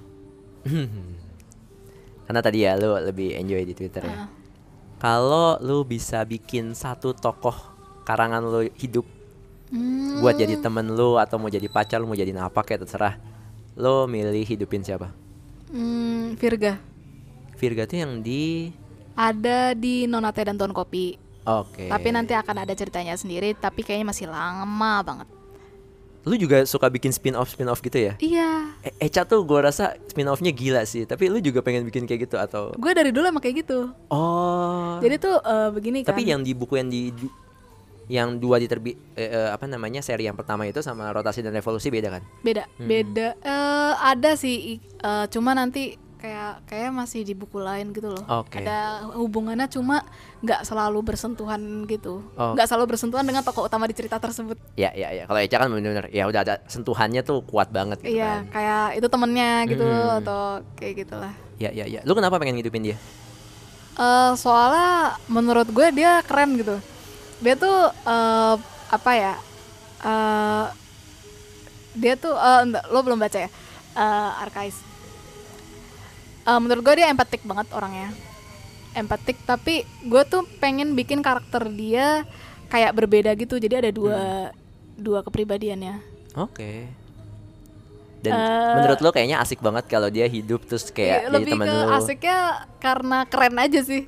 Karena tadi ya lu lebih enjoy di Twitter ya
Ah.
Kalau lu bisa bikin satu tokoh karangan lu hidup
Hmm,
Buat jadi temen lu atau mau jadi pacar lu mau jadi apa kayak terserah Lu milih hidupin siapa?
hmm, Virga
Virga tuh yang di...
ada di Nonate dan Tuan Kopi
Oke
tapi nanti akan ada ceritanya sendiri tapi kayaknya masih lama banget
Lu juga suka bikin spin-off spin-off gitu ya?
iya
E- Echa tuh gue rasa spin-offnya gila sih Tapi lu juga pengen bikin kayak gitu atau
gue dari dulu emang kayak gitu
Oh.
jadi tuh eh, begini kan
tapi yang di buku yang di ju- yang dua diterbit eh, eh, apa namanya seri yang pertama itu sama rotasi dan revolusi beda kan?
beda beda Eh, ada sih i- eh, cuma nanti kayak kayak masih di buku lain gitu loh
Oke.
ada hubungannya cuma nggak selalu bersentuhan gitu
Oh.
nggak selalu bersentuhan dengan tokoh utama di cerita tersebut
Ya ya ya. Kalau Eca kan benar-benar ya udah ada sentuhannya tuh kuat banget gitu
iya
kan.
kayak itu temennya gitu
Mm.
atau kayak gitulah
Ya ya ya. Lu kenapa pengen ngidupin dia?
Eh, soalnya menurut gue dia keren gitu dia tuh eh, apa ya eh, dia tuh eh, enggak, lo belum baca ya Eh, arkais Eh, menurut gue dia empatik banget orangnya empatik tapi gue tuh pengen bikin karakter dia kayak berbeda gitu jadi ada dua dua kepribadiannya
Oke. Dan
Eh,
menurut lu kayaknya asik banget kalau dia hidup terus kayak
Iya,
jadi
lebih
teman
ke
lu.
asiknya karena keren aja sih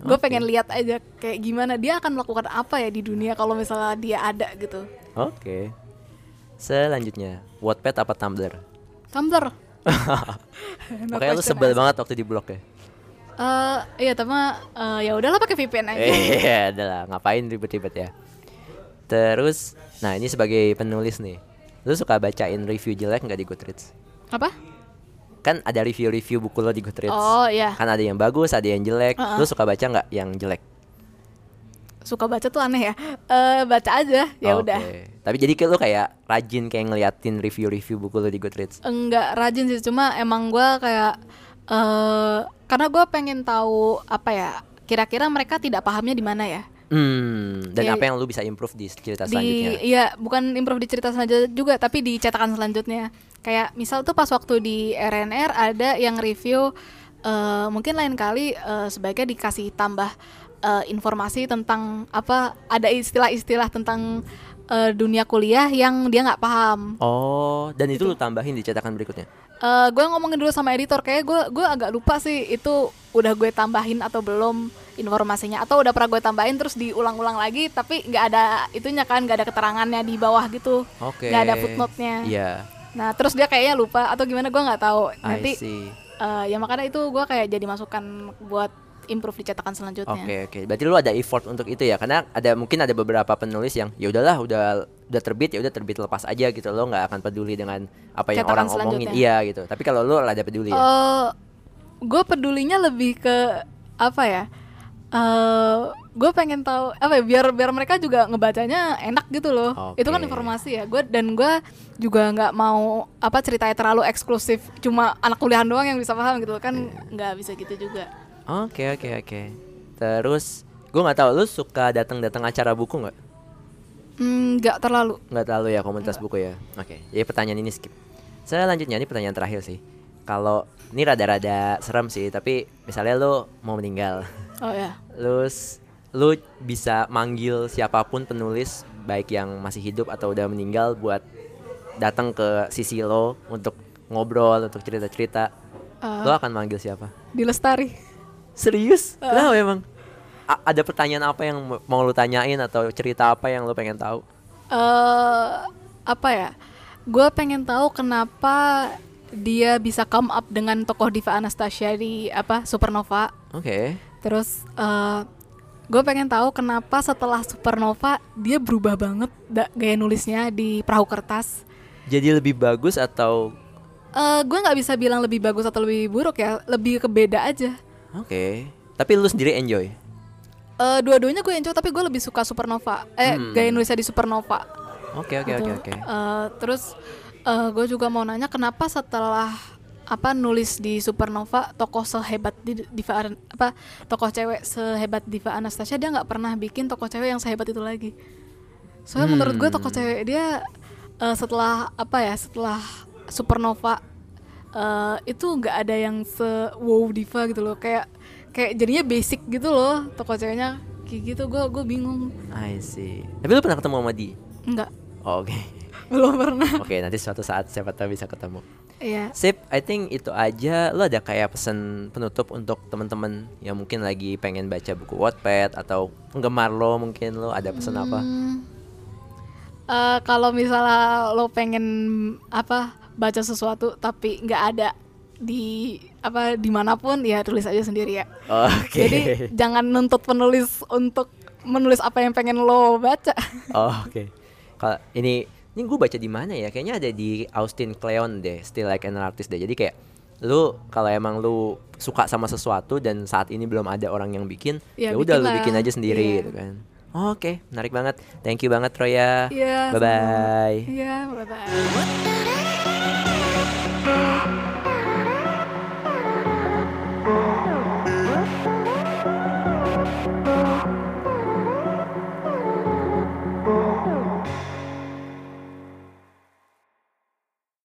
gue
Oke.
pengen lihat aja kayak gimana dia akan melakukan apa ya di dunia kalau misalnya dia ada gitu
Oke. Selanjutnya, Wattpad apa Tumblr?
Tumblr
[laughs]
No
Makanya lu
question
sebel
asked.
banget waktu di blog ya.
Eh, iya tapi eh, ya udahlah pakai VPN aja
[laughs] Iya, adalah ngapain ribet-ribet ya. Terus, nah ini sebagai penulis nih, lu suka bacain review jelek nggak di Goodreads?
apa
Kan ada review-review buku lo di Goodreads.
oh iya
Kan ada yang bagus, ada yang jelek. Lu suka baca nggak yang jelek?
suka baca tuh aneh ya Eh, baca aja ya
Oke.
udah
Tapi jadi kayak lu kayak rajin kayak ngeliatin review-review buku lo di Goodreads.
enggak rajin sih cuma emang gue kayak eh karena gue pengen tahu apa ya kira-kira mereka tidak pahamnya di mana ya
Hmm, dan
Iya,
apa yang lu bisa improve di cerita
di
selanjutnya?
iya bukan improve di cerita selanjutnya juga tapi di cetakan selanjutnya kayak misal tuh pas waktu di RNR ada yang review eh, mungkin lain kali eh, sebaiknya dikasih tambah eh, informasi tentang apa ada istilah-istilah tentang eh, dunia kuliah yang dia nggak paham
Oh, dan itu lu tambahin di cetakan berikutnya.
Eh, gue ngomongin dulu sama editor kayak gue gue agak lupa sih itu udah gue tambahin atau belum informasinya atau udah pernah gue tambahin terus diulang-ulang lagi tapi nggak ada itunya kan nggak ada keterangannya di bawah gitu
Oke.
nggak ada footnote-nya
Iya.
nah terus dia kayaknya lupa atau gimana gue nggak tahu
I
nanti
see.
eh, ya makanya itu gue kayak jadi masukan buat improve di cetakan selanjutnya
Oke oke. Berarti lu ada effort untuk itu ya? Karena ada mungkin ada beberapa penulis yang ya udahlah udah udah terbit ya udah terbit lepas aja gitu lo nggak akan peduli dengan apa yang
Cetakan
orang omongin
selanjutnya. Oh.
iya gitu. Tapi kalau lu ada peduli ya.
gue Eh, pedulinya lebih ke apa ya gue pengen tahu apa ya, biar biar mereka juga ngebacanya enak gitu loh
Oke.
itu kan informasi ya gue dan gue juga nggak mau apa ceritanya terlalu eksklusif cuma anak kuliahan doang yang bisa paham gitu kan
Iya.
nggak bisa gitu juga
Oke oke oke. Terus gue nggak tahu lu suka datang-datang acara buku nggak?
Hmm, nggak terlalu
Nggak tahu ya komunitas buku ya. Oke. Jadi pertanyaan ini skip. Selanjutnya ini pertanyaan terakhir sih. Kalau ini rada-rada serem sih, tapi misalnya lu mau meninggal. [laughs]
Oh ya.
Terus lu bisa manggil siapapun penulis baik yang masih hidup atau udah meninggal buat datang ke sisi lo untuk ngobrol untuk cerita-cerita
Ah.
lo akan manggil siapa
Di Lestari.
serius lah emang A- ada pertanyaan apa yang m- mau lu tanyain atau cerita apa yang lu pengen tahu
eh apa ya? Gue pengen tahu kenapa dia bisa come up dengan tokoh Diva Anastasia di apa Supernova.
oke
Terus eh gue pengen tahu kenapa setelah Supernova dia berubah banget da- gaya nulisnya di perahu kertas.
jadi lebih bagus atau
Eh gue nggak bisa bilang lebih bagus atau lebih buruk ya, lebih ke beda aja.
oke tapi lu sendiri enjoy
Eh dua-duanya gue enjoy tapi gue lebih suka Supernova. Eh
Hmm.
gaya nulisnya di Supernova.
oke oke
Gitu.
oke oke
Eh, terus gue juga mau nanya kenapa setelah apa nulis di Supernova tokoh sehebat di Diva Ar- apa tokoh cewek sehebat Diva Anastasia dia nggak pernah bikin tokoh cewek yang sehebat itu lagi. Soalnya
Hmm.
menurut gue tokoh cewek dia eh, setelah apa ya setelah Supernova eh, itu nggak ada yang se wow Diva gitu loh kayak kayak jadinya basic gitu loh tokoh ceweknya kayak gitu gue gue bingung
I see tapi lu pernah ketemu sama di
nggak
Oh, oke
belum pernah
[laughs] oke nanti suatu saat siapa tahu bisa ketemu
iya
Sip, I think itu aja. Lo ada kayak pesan penutup untuk temen-temen yang mungkin lagi pengen baca buku Wattpad atau penggemar lo mungkin lo ada pesan apa?
Hmm. Eh, kalau misalnya lo pengen apa baca sesuatu tapi nggak ada di apa dimanapun ya tulis aja sendiri ya.
Oke.
Jadi jangan nuntut penulis untuk menulis apa yang pengen lo baca.
Oh, [laughs] Oke. Kalau ini ini gue baca di mana ya? Kayaknya ada di Austin Kleon deh, Still Like an Artist deh. Jadi kayak lu kalau emang lu suka sama sesuatu dan saat ini belum ada orang yang bikin, ya
Ya,
udah lu
bikinlah.
bikin aja sendiri
Iya.
gitu kan. Oke, menarik banget. Thank you banget Roya.
Iya.
Bye bye.
Iya, bye-bye.
What the heck?